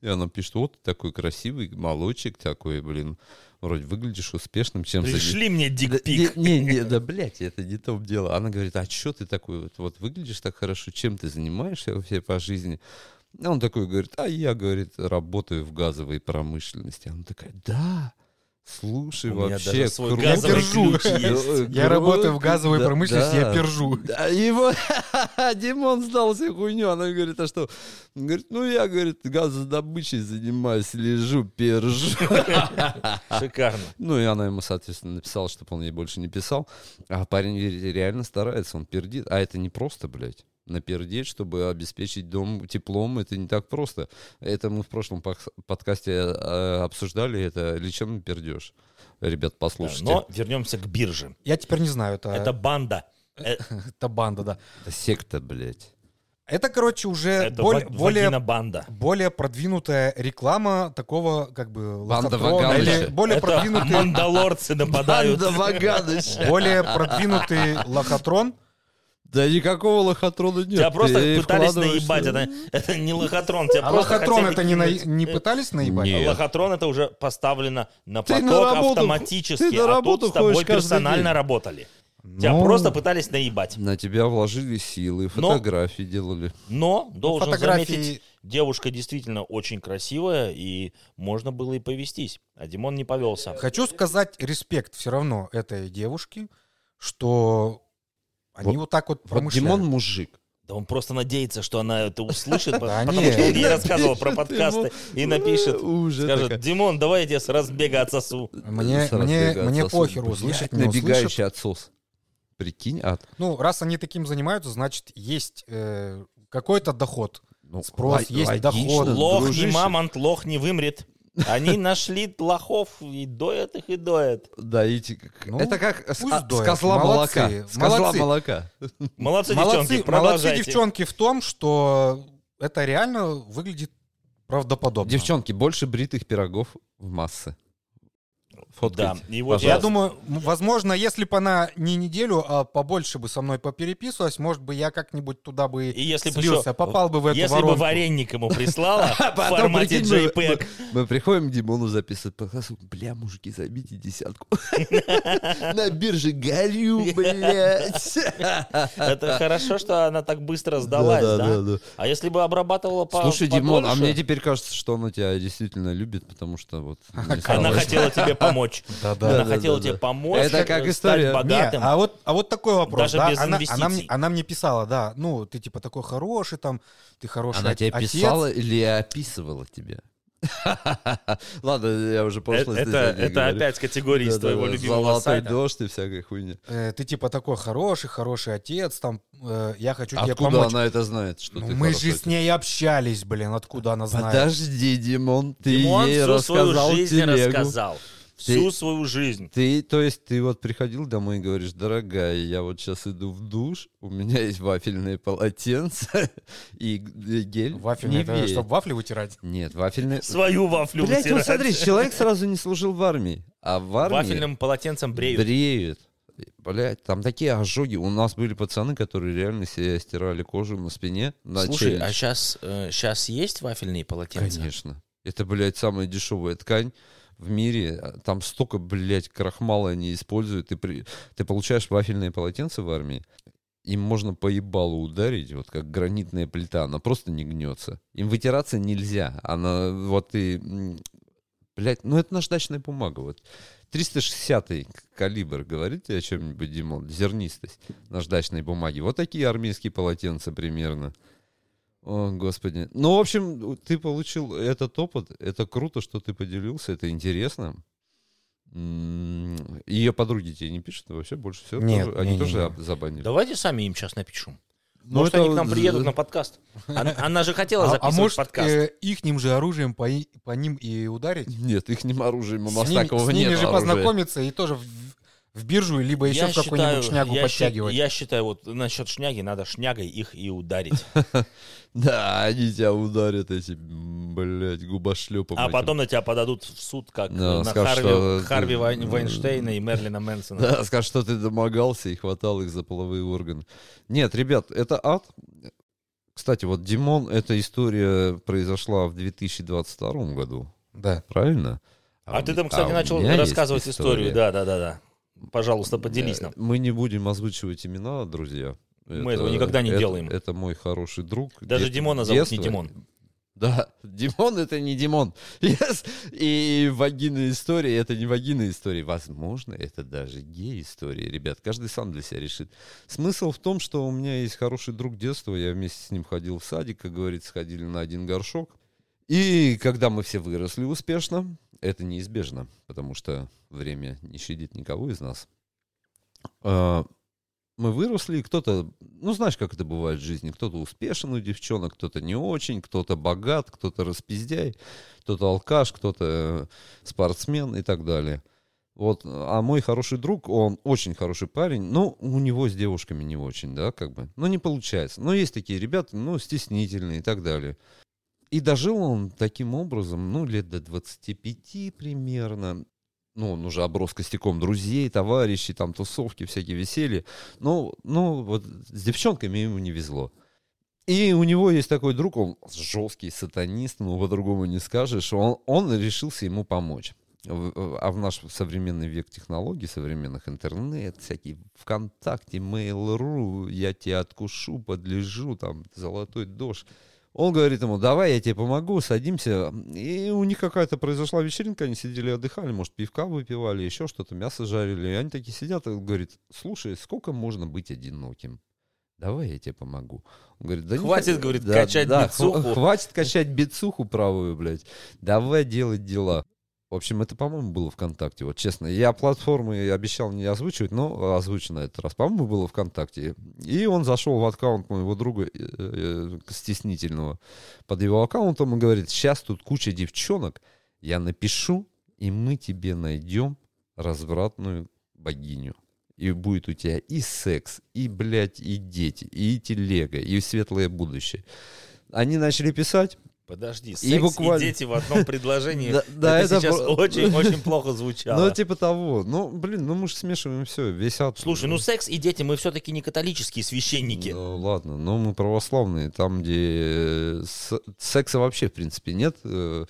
Speaker 1: и она пишет, вот ты такой красивый, молодчик такой, блин, вроде выглядишь успешным, чем занимаешься».
Speaker 4: Пришли мне
Speaker 1: Да,
Speaker 4: дикпик.
Speaker 1: Не, не, не, да, блядь, это не то дело. Она говорит, а что ты такой, вот, вот выглядишь так хорошо, чем ты занимаешься вообще по жизни? А он такой говорит, а я, говорит, работаю в газовой промышленности. Она такая, да, слушай,
Speaker 4: У меня
Speaker 1: вообще
Speaker 4: даже свой
Speaker 1: круто».
Speaker 4: газовый
Speaker 5: Я пержу.
Speaker 4: ключ есть.
Speaker 5: Я работаю в газовой
Speaker 1: Да,
Speaker 5: промышленности, я
Speaker 1: да.
Speaker 5: пержу.
Speaker 1: Да, и вот Димон сдал всю хуйню. Она говорит, а что? Он говорит, ну я, говорит, газодобычей занимаюсь, лежу, пержу.
Speaker 4: Шикарно.
Speaker 1: Ну и она ему, соответственно, написала, чтобы он ей больше не писал. А парень ре- реально старается, он пердит. А это не просто, блядь. Напердеть, чтобы обеспечить дом теплом, это не так просто. Это мы в прошлом пак- подкасте э, обсуждали, это лечебный пердеж. Ребят, послушайте.
Speaker 4: Но вернемся к бирже.
Speaker 5: Я теперь не знаю,
Speaker 1: А.
Speaker 5: это,
Speaker 4: Это
Speaker 5: это...
Speaker 4: банда. Э,
Speaker 5: банда, да.
Speaker 1: Это секта, блядь.
Speaker 5: Это, короче,
Speaker 1: Э,
Speaker 5: уже
Speaker 4: Это
Speaker 5: боль-
Speaker 4: ва-
Speaker 5: более,
Speaker 4: вагина банда.
Speaker 5: более продвинутая реклама такого, как бы,
Speaker 1: Банда
Speaker 5: лохотрона
Speaker 1: Вагалыча.
Speaker 5: или более
Speaker 4: Это
Speaker 5: продвинутый,
Speaker 4: мандалорцы нападают.
Speaker 1: Банда Ваганыч.
Speaker 5: более продвинутый лохотрон.
Speaker 1: Да никакого лохотрона нет.
Speaker 4: Тебя просто
Speaker 1: Ты
Speaker 4: пытались
Speaker 1: вкладываешься-
Speaker 4: наебать. Это, это не лохотрон. Тебя
Speaker 5: А
Speaker 4: просто
Speaker 5: лохотрон
Speaker 4: хотели
Speaker 5: это не, на-
Speaker 4: кинуть.
Speaker 5: не пытались наебать?
Speaker 1: Нет.
Speaker 4: Лохотрон это уже поставлено на
Speaker 1: Ты
Speaker 4: поток
Speaker 1: на работу-
Speaker 4: автоматически,
Speaker 1: ты на
Speaker 4: а
Speaker 1: работу
Speaker 4: тут с тобой
Speaker 1: ходишь каждый
Speaker 4: персонально
Speaker 1: день.
Speaker 4: работали. Тебя
Speaker 5: Ну,
Speaker 4: просто пытались наебать.
Speaker 1: На тебя вложили силы, фотографии делали.
Speaker 4: Но, должен
Speaker 5: фотографии-
Speaker 4: заметить, девушка действительно очень красивая, и можно было и повестись. А Димон не повелся.
Speaker 5: Хочу сказать респект все равно этой девушке, что они
Speaker 1: Вот-
Speaker 5: вот так вот
Speaker 1: Вот
Speaker 5: промышляют.
Speaker 1: Димон мужик.
Speaker 4: Да он просто надеется, что она это услышит,
Speaker 5: Да
Speaker 4: потому
Speaker 5: нет.
Speaker 4: что он ей рассказывал про подкасты и напишет.
Speaker 1: Уже
Speaker 4: Скажет, Димон, давай я тебе с разбега отсосу.
Speaker 5: Мне,
Speaker 1: Сразу
Speaker 5: мне,
Speaker 1: набегает
Speaker 5: мне
Speaker 1: отсос.
Speaker 5: похер,
Speaker 1: Блядь,
Speaker 5: услышать, не услышать.
Speaker 1: Набегающий отсос. Прикинь, а...
Speaker 5: Ну, раз они таким занимаются, значит, есть э, какой-то доход.
Speaker 1: ну,
Speaker 5: Спрос есть, доход.
Speaker 4: Лох не
Speaker 1: дружище.
Speaker 4: мамонт, лох не вымрет. Они нашли лохов и доят их, и доят.
Speaker 1: Да, и ти- как-
Speaker 5: Ну,
Speaker 1: это как с,
Speaker 5: пусть
Speaker 1: а, с
Speaker 5: доят.
Speaker 1: козла
Speaker 5: Молодцы,
Speaker 1: молока. С козла
Speaker 5: молодцы.
Speaker 1: молока.
Speaker 4: Молодцы,
Speaker 5: Молодцы,
Speaker 4: девчонки,
Speaker 5: молодцы
Speaker 4: продолжайте.
Speaker 5: девчонки в том, что это реально выглядит правдоподобно.
Speaker 1: Девчонки, больше бритых пирогов в массы.
Speaker 4: Да,
Speaker 1: Фоткайте.
Speaker 4: и вот
Speaker 5: Я
Speaker 4: сейчас-
Speaker 5: думаю, м, возможно, если бы она не неделю, а побольше бы со мной попереписывалась, может быть, я как-нибудь туда бы
Speaker 4: И если бы
Speaker 5: слился,
Speaker 4: еще-
Speaker 5: попал бы в эту
Speaker 4: Если бы
Speaker 5: воронку.
Speaker 4: вареник ему прислала в
Speaker 1: Потом,
Speaker 4: формате
Speaker 1: прикинь, мы-
Speaker 4: JPEG,
Speaker 1: Мы приходим к Димону записывать подкаст. он, Бля, мужики, забите десятку. На бирже горю, блядь.
Speaker 4: это хорошо, что она так быстро сдалась, да? А если бы обрабатывала по
Speaker 1: Слушай, Димон, а
Speaker 4: подольше,
Speaker 1: мне теперь кажется, что она тебя действительно любит, потому что вот...
Speaker 4: Она
Speaker 1: нарисовалась.
Speaker 4: хотела тебе помочь.
Speaker 5: Да-да.
Speaker 4: Она
Speaker 1: да,
Speaker 4: хотела
Speaker 1: да,
Speaker 4: тебе
Speaker 1: да.
Speaker 4: помочь.
Speaker 1: Это как история.
Speaker 4: Стать
Speaker 5: Не,
Speaker 4: богатым.
Speaker 5: а вот, а вот такой вопрос,
Speaker 4: Даже
Speaker 5: да,
Speaker 4: без
Speaker 5: она,
Speaker 4: инвестиций.
Speaker 5: она мне, она мне писала, да, ну, ты типа такой хороший, там, ты хороший
Speaker 1: Она
Speaker 5: от-
Speaker 1: тебе
Speaker 5: отец.
Speaker 1: писала или описывала тебя? Ладно, я уже
Speaker 4: Э,
Speaker 1: прошлое
Speaker 4: Это,
Speaker 1: здесь не
Speaker 4: это
Speaker 1: говорю.
Speaker 4: опять категория из
Speaker 1: Да-да-да,
Speaker 4: твоего любимого
Speaker 1: Золотой
Speaker 4: сайта.
Speaker 1: дождь и всякая хуйня.
Speaker 5: Э, ты типа такой хороший, хороший отец, там, э, я хочу тебе
Speaker 1: Откуда
Speaker 5: помочь.
Speaker 1: она это знает, что
Speaker 5: Ну,
Speaker 1: ты
Speaker 5: мы
Speaker 1: хороший А
Speaker 5: же с ней общались, блин, откуда она знает?
Speaker 1: Подожди, Димон, ты
Speaker 4: Димон
Speaker 1: ей
Speaker 4: всю
Speaker 1: рассказал
Speaker 4: свою жизнь
Speaker 1: телегу.
Speaker 4: рассказал. Всю свою жизнь.
Speaker 1: Ты, то есть, ты вот приходил домой и говоришь, дорогая, я вот сейчас иду в душ, у меня есть вафельные полотенца и г- гель.
Speaker 5: Вафельный,
Speaker 1: Не
Speaker 5: это
Speaker 1: веет».
Speaker 5: чтобы вафли вытирать.
Speaker 1: Нет, вафельные...
Speaker 4: Свою вафлю
Speaker 1: Блять, вот
Speaker 4: вытирать.
Speaker 1: ну смотри, человек сразу не служил в армии, а в армии...
Speaker 4: Вафельным полотенцем бреют.
Speaker 1: Бреют. Блять, там такие ожоги. У нас были пацаны, которые реально себе стирали кожу на спине. На
Speaker 4: Слушай,
Speaker 1: челюсть.
Speaker 4: а сейчас, сейчас есть вафельные полотенца?
Speaker 1: Конечно. Это, блядь, самая дешевая ткань в мире. А Там столько, блядь, крахмала они используют. Ты, при- ты получаешь вафельные полотенца в армии, им можно по ебалу ударить, вот как гранитная плита, она просто не гнется. Им вытираться нельзя. Она вот и... м, Блядь, ну это наждачная бумага. Вот. 360 калибр, говорит тебе о чем-нибудь, Димон? Зернистость наждачной бумаги. Вот такие армейские полотенца примерно. О, господи. Ну, в общем, ты получил этот опыт. Это круто, что ты поделился. Это интересно. Ее подруги тебе не пишут вообще больше всего.
Speaker 5: Нет,
Speaker 1: тоже- они
Speaker 5: не-не-не.
Speaker 1: тоже забанили.
Speaker 4: Давайте сами им сейчас напишем.
Speaker 1: Ну,
Speaker 4: может,
Speaker 1: это
Speaker 4: они к нам
Speaker 1: з-
Speaker 4: приедут на подкаст. Она, она же хотела
Speaker 5: А, а
Speaker 4: записывать
Speaker 5: может,
Speaker 1: э,
Speaker 4: подкаст.
Speaker 5: их ним же оружием по, и- по ним и ударить?
Speaker 1: Нет, их не оружием, у
Speaker 5: С
Speaker 1: нас
Speaker 5: ними-
Speaker 1: Ну, такого
Speaker 5: с ними
Speaker 1: нет а
Speaker 5: же
Speaker 1: оружия.
Speaker 5: познакомиться и тоже в, в биржу, либо еще в какую-нибудь шнягу
Speaker 4: я щи-
Speaker 5: подтягивать.
Speaker 4: я считаю, вот насчет шняги надо шнягой их и ударить.
Speaker 1: Да, они тебя ударят эти, блядь, губошлепом.
Speaker 4: А
Speaker 1: этим.
Speaker 4: потом на тебя подадут в суд, как
Speaker 1: Да,
Speaker 4: на
Speaker 1: скажут,
Speaker 4: Харви,
Speaker 1: что-
Speaker 4: Харви Вайн- Вайнштейна и Мерлина Мэнсона.
Speaker 1: Да, скажут, что ты домогался и хватал их за половые органы. Нет, ребят, это ад. Кстати, вот Димон, эта история произошла в 2022 году,
Speaker 5: Да.
Speaker 1: правильно?
Speaker 4: А,
Speaker 1: у
Speaker 4: ты
Speaker 1: ме-
Speaker 4: там,
Speaker 1: а
Speaker 4: кстати,
Speaker 1: у
Speaker 4: начал
Speaker 1: меня есть
Speaker 4: рассказывать историю. Да, да, да, да. Пожалуйста, поделись
Speaker 1: Э,
Speaker 4: нам.
Speaker 1: Мы не будем озвучивать имена, друзья.
Speaker 4: Мы этого никогда не
Speaker 1: это-
Speaker 4: делаем.
Speaker 1: Это мой хороший друг.
Speaker 4: Даже
Speaker 1: дет-
Speaker 4: Димона зовут не
Speaker 1: детства.
Speaker 4: Димон.
Speaker 1: Да, Димон это не Димон. Yes. И вагина история это не вагина история. Возможно, это даже гей-история, ребят. Каждый сам для себя решит. Смысл в том, что у меня есть хороший друг детства. Я вместе с ним ходил в садик, как говорится, ходили на один горшок. И когда мы все выросли успешно, это неизбежно, потому что время не щадит никого из нас. А, Мы выросли, и кто-то, ну знаешь, как это бывает в жизни, кто-то успешен у девчонок, кто-то не очень, кто-то богат, кто-то распиздяй, кто-то алкаш, кто-то э, спортсмен и так далее. Вот, а мой хороший друг, он очень хороший парень, но у него с девушками не очень, да, как бы, ну не получается. Но есть такие ребята, ну стеснительные и так далее. И дожил он таким образом, ну, лет до 25 примерно. Ну, он уже оброс костяком друзей, товарищей, там, тусовки, всякие веселья. Ну, ну, вот с девчонками ему не везло. И у него есть такой друг, он жесткий сатанист, ну, по-другому не скажешь. Он, он решился ему помочь. В- А в наш современный век технологий, современных интернет, всякие ВКонтакте, Mail.ru, я тебя откушу, подлежу, там, золотой дождь. Он говорит ему, давай я тебе помогу, садимся. И у них какая-то произошла вечеринка, они сидели отдыхали, может, пивка выпивали, еще что-то, мясо жарили. И они такие сидят, и он говорит, слушай, сколько можно быть одиноким? Давай я тебе помогу. Он говорит, да не
Speaker 4: Хватит,
Speaker 1: хо-
Speaker 4: говорит, качать
Speaker 1: да,
Speaker 4: бицуху».
Speaker 1: хва- Хватит качать бицуху правую, блядь. Давай делать дела. В общем, это, по-моему, было ВКонтакте. Вот честно, я платформы обещал не озвучивать, но озвучу на этот раз. По-моему, было ВКонтакте. И он зашел в аккаунт моего друга э, э, стеснительного под его аккаунтом и говорит, сейчас тут куча девчонок, я напишу, и мы тебе найдем развратную богиню. И будет у тебя и секс, и, блядь, и дети, и телега, и светлое будущее. Они начали писать.
Speaker 4: Подожди, секс
Speaker 1: И
Speaker 4: и,
Speaker 1: буквально-
Speaker 4: дети в одном предложении.
Speaker 1: Да- да,
Speaker 4: это,
Speaker 1: это
Speaker 4: сейчас
Speaker 1: про-
Speaker 4: очень-очень плохо звучало.
Speaker 1: Ну, типа того. Ну, блин, ну мы же смешиваем все, весь ад.
Speaker 4: Слушай, ну секс и дети, мы все-таки не католические священники.
Speaker 1: Ну, ладно, но мы православные, там, где э, с- секса вообще, в принципе, нет. Э,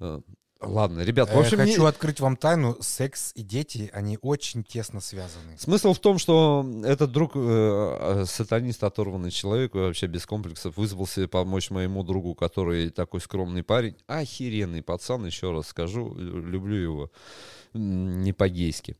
Speaker 1: э, Ладно, ребят, в
Speaker 5: Э,
Speaker 1: общем, не-
Speaker 5: хочу открыть вам тайну. Секс и дети, они очень тесно связаны.
Speaker 1: Смысл в том, что этот друг, э, э, сатанист, оторванный человек, вообще без комплексов, вызвался помочь моему другу, который такой скромный парень. Охеренный пацан, еще раз скажу, лю- люблю его. М, Не по-гейски.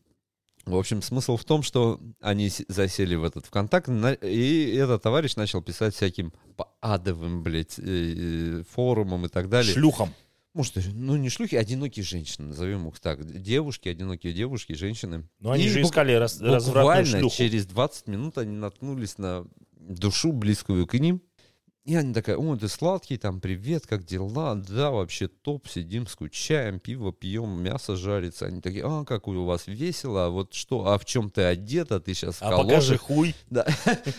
Speaker 1: В общем, смысл в том, что они с- засели в этот ВКонтакт, на- и этот товарищ начал писать всяким по адовым, блядь, э, э, форумам и так далее.
Speaker 4: Шлюхом.
Speaker 1: Может, даже, ну не шлюхи, одинокие женщины, назовем их так. Девушки, одинокие девушки, женщины.
Speaker 4: Но они
Speaker 1: И
Speaker 4: же
Speaker 1: бук-
Speaker 4: искали раз- развратную
Speaker 1: Буквально
Speaker 4: шлюху.
Speaker 1: через 20 минут они наткнулись на душу, близкую к ним. И они такая, о, ты сладкий, там, привет, как дела? Да, вообще топ, сидим, скучаем, пиво пьем, мясо жарится. Они такие, а, как у вас весело, а вот что, а в чем ты одета, ты сейчас в
Speaker 4: А покажи
Speaker 1: калошах?»
Speaker 4: хуй.
Speaker 1: Да.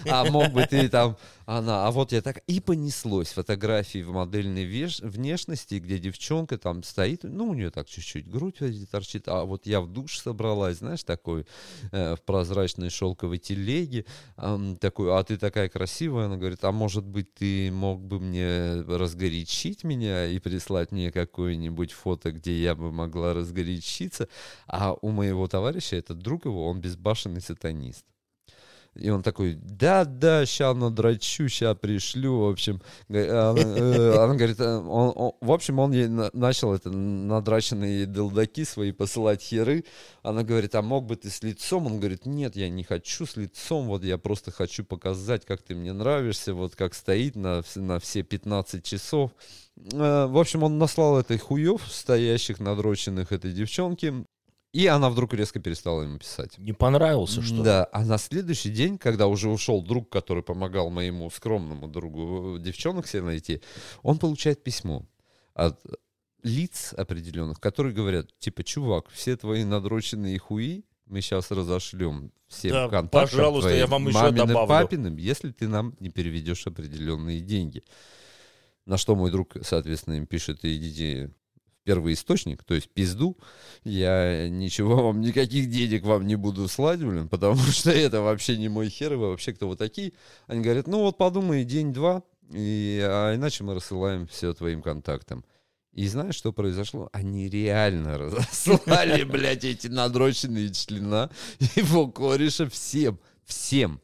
Speaker 1: А мог бы ты там, она, а вот я так, и понеслось фотографии в модельной веш- внешности, где девчонка там стоит, ну, у нее так чуть-чуть грудь вроде торчит, а вот я в душ собралась, знаешь, такой, э, в прозрачной шелковой телеге, ам, такой, а ты такая красивая, она говорит, а может быть, ты мог бы мне разгорячить меня и прислать мне какое-нибудь фото, где я бы могла разгорячиться, а у моего товарища, это друг его, он безбашенный сатанист. И он такой, да-да, ща надрочу, ща пришлю, в общем. Г- а Она, э, она говорит, э, он- он- в общем, он ей на- начал это надраченные делдаки свои посылать херы. Она говорит, а мог бы ты с лицом? Он говорит, нет, я не хочу с лицом, вот я просто хочу показать, как ты мне нравишься, вот как стоит на, вс- на все 15 часов. Э, В общем, он наслал этой хуев, стоящих надроченных этой девчонки. И она вдруг резко перестала ему писать.
Speaker 4: Не понравился, что ли?
Speaker 1: Да, а на следующий день, когда уже ушел друг, который помогал моему скромному другу э, девчонок себе найти, он получает письмо от лиц определенных, которые говорят, типа, чувак, все твои надроченные хуи мы сейчас разошлем всем
Speaker 4: Да,
Speaker 1: контактам
Speaker 4: пожалуйста, я
Speaker 1: твоим,
Speaker 4: вам еще
Speaker 1: маминым,
Speaker 4: добавлю».
Speaker 1: папиным, если ты нам не переведешь определенные деньги. На что мой друг, соответственно, им пишет, идите в первый источник, то есть пизду, я ничего вам, никаких денег вам не буду слать, блин, потому что это вообще не мой хер, и вы вообще кто вы такие. Они говорят, ну вот подумай, день-два, и, а иначе мы рассылаем все твоим контактам. И знаешь, что произошло? Они реально разослали, блядь, эти надроченные члена его кореша всем, всем.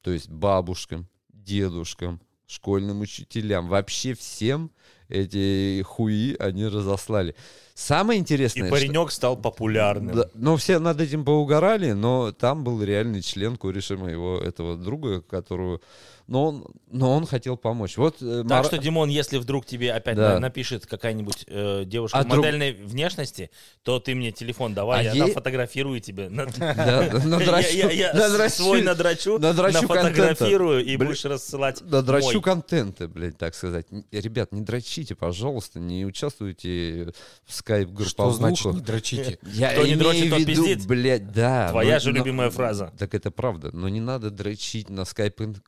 Speaker 1: То есть бабушкам, дедушкам, школьным учителям, вообще всем эти хуи они разослали. Самое
Speaker 4: И
Speaker 1: интересное... что-
Speaker 4: паренек стал популярным.
Speaker 1: да, но все над этим поугорали, но там был реальный член кореша моего этого друга, которого... Но он, но он хотел помочь. Вот э, мора-
Speaker 4: Так что, Димон, если вдруг тебе опять
Speaker 1: Да.
Speaker 4: на- напишет какая-нибудь э, девушка
Speaker 1: А друг-
Speaker 4: модельной внешности, то ты мне телефон давай,
Speaker 1: А
Speaker 4: я
Speaker 1: ей-
Speaker 4: там фотографирую тебе. На-
Speaker 1: Да, да, надрочу-
Speaker 4: Я- я- я
Speaker 1: надрочу-
Speaker 4: свой надрочу,
Speaker 1: надрочу
Speaker 4: нафотографирую и
Speaker 1: Бля-
Speaker 4: будешь рассылать
Speaker 1: Надрочу
Speaker 4: мой.
Speaker 1: контента, блядь, так сказать. Н- Ребят, не дрочите, пожалуйста, не участвуйте в
Speaker 5: Что значит не
Speaker 1: скайп-групповухах.
Speaker 5: дрочите?
Speaker 1: Я
Speaker 4: Кто не
Speaker 1: имею
Speaker 4: дрочит,
Speaker 1: в
Speaker 4: тот
Speaker 1: виду,
Speaker 4: пиздит.
Speaker 1: блядь, да. ну,
Speaker 4: Твоя же любимая фраза.
Speaker 1: Так это правда. Но не надо дрочить на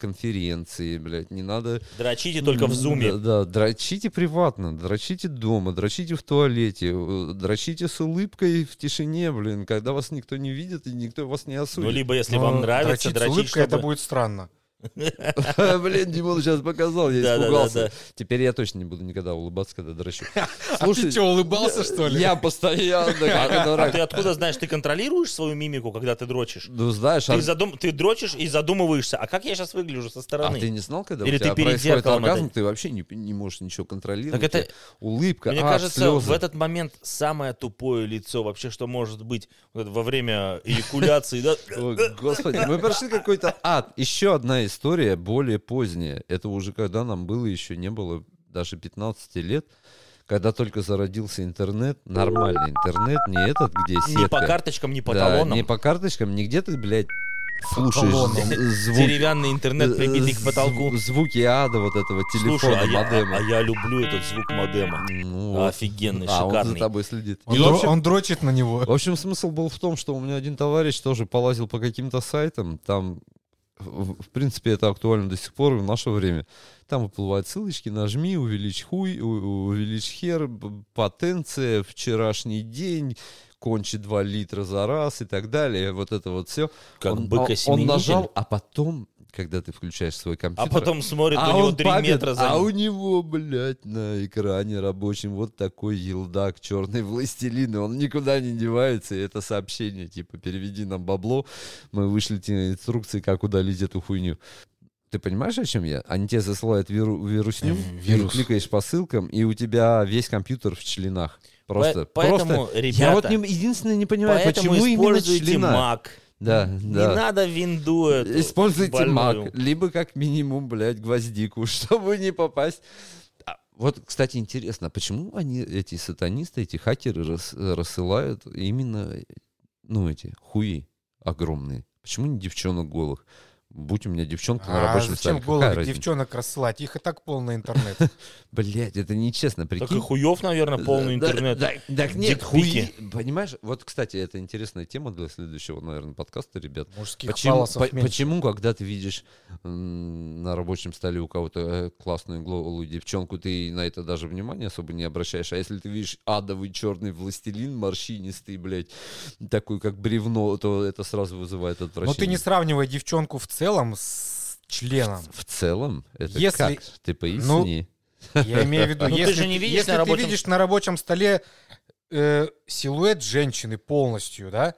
Speaker 1: скайп-конференции, блядь. Не надо
Speaker 4: Дрочите только в зуме. Ну,
Speaker 1: Да, да, дрочите приватно, дрочите дома, дрочите в туалете, э, дрочите с улыбкой в тишине, блин, когда вас никто не видит и никто вас не
Speaker 4: Ну,
Speaker 1: осудит.
Speaker 4: либо, если
Speaker 5: Ну,
Speaker 4: вам нравится,
Speaker 5: дрочить с
Speaker 4: дрочить,
Speaker 5: улыбкой, это
Speaker 4: чтобы...
Speaker 5: будет странно.
Speaker 1: Блин, Димон сейчас показал, я
Speaker 4: Да-да-да-да. А
Speaker 1: испугался. Теперь я точно не буду никогда улыбаться, когда дрочу. Слушай,
Speaker 5: А чё, улыбался, что
Speaker 1: я постоянно, как
Speaker 4: А ты
Speaker 1: дурак.
Speaker 4: откуда знаешь, ты контролируешь свою мимику, когда ты дрочишь?
Speaker 1: Ну, знаешь,
Speaker 4: Ты,
Speaker 1: а-
Speaker 4: задум... ты дрочишь и задумываешься, а как я сейчас выгляжу со
Speaker 1: а
Speaker 4: стороны?
Speaker 1: ты не знал, когда
Speaker 4: Или
Speaker 1: у
Speaker 4: ты
Speaker 1: тебя
Speaker 4: перед
Speaker 1: происходит
Speaker 4: зеркалом
Speaker 1: оргазм,
Speaker 4: это-
Speaker 1: ты вообще не, не можешь ничего контролировать.
Speaker 4: Так это-
Speaker 1: у тебя улыбка,
Speaker 4: Мне
Speaker 1: а,
Speaker 4: кажется,
Speaker 1: слезы.
Speaker 4: в этот момент самое тупое лицо вообще, что может быть вот это во время эякуляции, да?
Speaker 1: Ой, Господи, мы прошли какой-то ад. Еще одна история, более поздняя. Это уже когда нам было еще не было даже 15 лет, когда только зародился интернет, нормальный интернет, не этот, где сетка.
Speaker 4: Ни по карточкам, ни по
Speaker 1: Да,
Speaker 4: талонам.
Speaker 1: не по карточкам, не где ты, блядь, слушаешь
Speaker 5: талонам.
Speaker 1: з- звуки.
Speaker 4: Деревянный интернет, прибитый к
Speaker 1: з-
Speaker 4: потолку.
Speaker 1: Звуки ада вот этого телефона,
Speaker 4: Слушай, а я,
Speaker 1: модема.
Speaker 4: а я люблю этот звук модема.
Speaker 1: Ну,
Speaker 4: Офигенный,
Speaker 1: а, он за
Speaker 4: шикарный.
Speaker 1: тобой следит.
Speaker 5: Он,
Speaker 1: И, в
Speaker 5: дро-
Speaker 1: общем,
Speaker 5: он дрочит на него.
Speaker 1: в общем, смысл был в том, что у меня один товарищ тоже полазил по каким-то сайтам, там, в в принципе, это актуально до сих пор и в наше время. Там выплывают ссылочки, нажми, увеличь хуй, у- увеличь хер, б- потенция, вчерашний день, кончи 2 литра за раз и так далее. Вот это вот все.
Speaker 4: Как
Speaker 1: он,
Speaker 4: быка
Speaker 1: он- он
Speaker 4: семенитель.
Speaker 1: нажал, а потом, когда ты включаешь свой
Speaker 4: А
Speaker 1: компьютер...
Speaker 4: потом смотрит,
Speaker 1: а
Speaker 4: у него
Speaker 1: он
Speaker 4: 3
Speaker 1: папин,
Speaker 4: метра за
Speaker 1: а у
Speaker 4: ним.
Speaker 1: него, блядь, на экране рабочем вот такой елдак, черный властелин, и он никуда не девается, и это сообщение, типа, переведи нам бабло, мы вышли тебе инструкции, как удалить эту хуйню. Ты понимаешь, о чем я? Они тебе засылают виру- вирусню,
Speaker 5: Эм, вирус.
Speaker 1: ты кликаешь по ссылкам, и у тебя весь компьютер в членах. Просто,
Speaker 4: По- поэтому,
Speaker 1: просто... я вот
Speaker 4: ребята,
Speaker 1: не- единственное не понимаю,
Speaker 4: Поэтому
Speaker 1: почему именно
Speaker 4: используйте
Speaker 1: члена.
Speaker 4: Mac.
Speaker 1: Да, да.
Speaker 4: Не надо винду эту
Speaker 1: Используйте
Speaker 4: больную.
Speaker 1: маг, либо как минимум, блядь, гвоздику, чтобы не попасть. А, Вот, кстати, интересно, почему они, эти сатанисты, эти хакеры рас- рассылают именно, ну, эти хуи огромные? Почему не девчонок голых? Будь у меня девчонка на
Speaker 5: А
Speaker 1: рабочем
Speaker 5: зачем
Speaker 1: столе, Ну, какая
Speaker 5: голых
Speaker 1: разница?
Speaker 5: девчонок рассылать? Их и так полный интернет.
Speaker 1: Блядь, это нечестно, прикинь.
Speaker 4: Так и хуев, наверное, полный
Speaker 1: Да,
Speaker 4: интернет.
Speaker 1: да, так нет, хуи,
Speaker 4: Дикпики.
Speaker 1: понимаешь? Вот, кстати, это интересная тема для следующего, наверное, подкаста, ребят.
Speaker 5: Мужских
Speaker 1: Почему,
Speaker 5: фалосов
Speaker 1: по-
Speaker 5: меньше.
Speaker 1: почему, когда ты видишь м, на рабочем столе у кого-то э, классную голую девчонку, ты на это даже внимания особо не обращаешь? А если ты видишь адовый черный властелин, морщинистый, блядь, такой как бревно, то это сразу вызывает
Speaker 5: Но
Speaker 1: отвращение.
Speaker 5: ты не сравнивай девчонку в целом с членом.
Speaker 1: В целом, это
Speaker 5: Если- ну,
Speaker 1: как? Ты поясни.
Speaker 5: Я имею в виду,
Speaker 4: Ну, ты
Speaker 5: если,
Speaker 4: же не видишь
Speaker 5: если
Speaker 4: на рабочем-
Speaker 5: ты видишь на рабочем столе э, силуэт женщины полностью, да,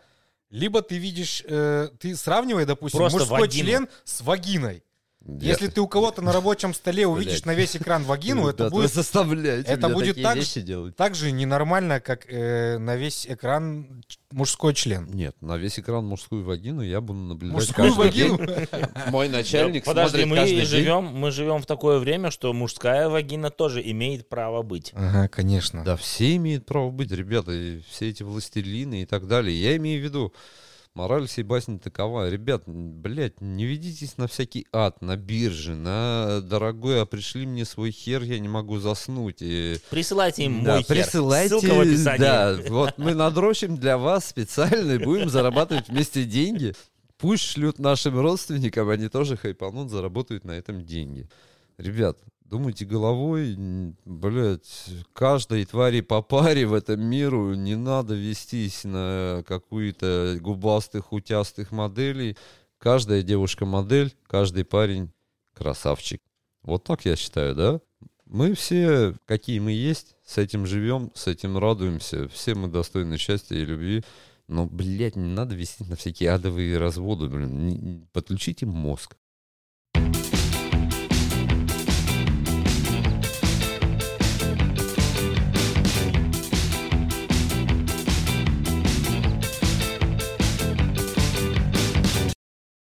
Speaker 5: либо ты видишь, э, ты сравнивай, допустим,
Speaker 4: Просто
Speaker 5: мужской
Speaker 4: вагину.
Speaker 5: член с вагиной.
Speaker 1: Я-
Speaker 5: Если ты у кого-то на рабочем столе увидишь
Speaker 1: Блядь.
Speaker 5: на весь экран вагину,
Speaker 1: Ребят,
Speaker 5: это
Speaker 1: вы
Speaker 5: будет
Speaker 1: заставляете
Speaker 5: это
Speaker 1: меня
Speaker 5: будет
Speaker 1: такие
Speaker 5: так,
Speaker 1: вещи делать.
Speaker 5: так же ненормально, как э, на весь экран ч- мужской член.
Speaker 1: Нет, на весь экран мужскую вагину я буду наблюдать
Speaker 5: Мужскую
Speaker 1: каждый
Speaker 5: вагину?
Speaker 1: день. Мой начальник
Speaker 2: Подожди,
Speaker 1: смотрит
Speaker 2: мы
Speaker 1: каждый день.
Speaker 2: живем, мы живем в такое время, что мужская вагина тоже имеет право быть.
Speaker 5: Ага, конечно.
Speaker 1: Да, все имеют право быть, ребята, и все эти властелины и так далее. Я имею в виду, мораль всей басни такова. Ребят, м, блядь, не ведитесь на всякий ад, на бирже, на дорогой, а пришли мне свой хер, я не могу заснуть. И...
Speaker 2: Присылайте им
Speaker 1: Да,
Speaker 2: мой хер.
Speaker 1: присылайте.
Speaker 2: Ссылка в описании.
Speaker 1: Да, вот мы надрочим для вас специально и будем зарабатывать вместе деньги. Пусть шлют нашим родственникам, они тоже хайпанут, заработают на этом деньги. Ребят, думайте головой, м, блядь, каждой твари по паре в этом миру не надо вестись на какую-то губастых, утястых моделей. Каждая девушка модель, каждый парень красавчик. Вот так я считаю, да? Мы все, какие мы есть, с этим живем, с этим радуемся. Все мы достойны счастья и любви. Но, блядь, не надо вести на всякие адовые разводы, блин. Не- не- Подключите мозг.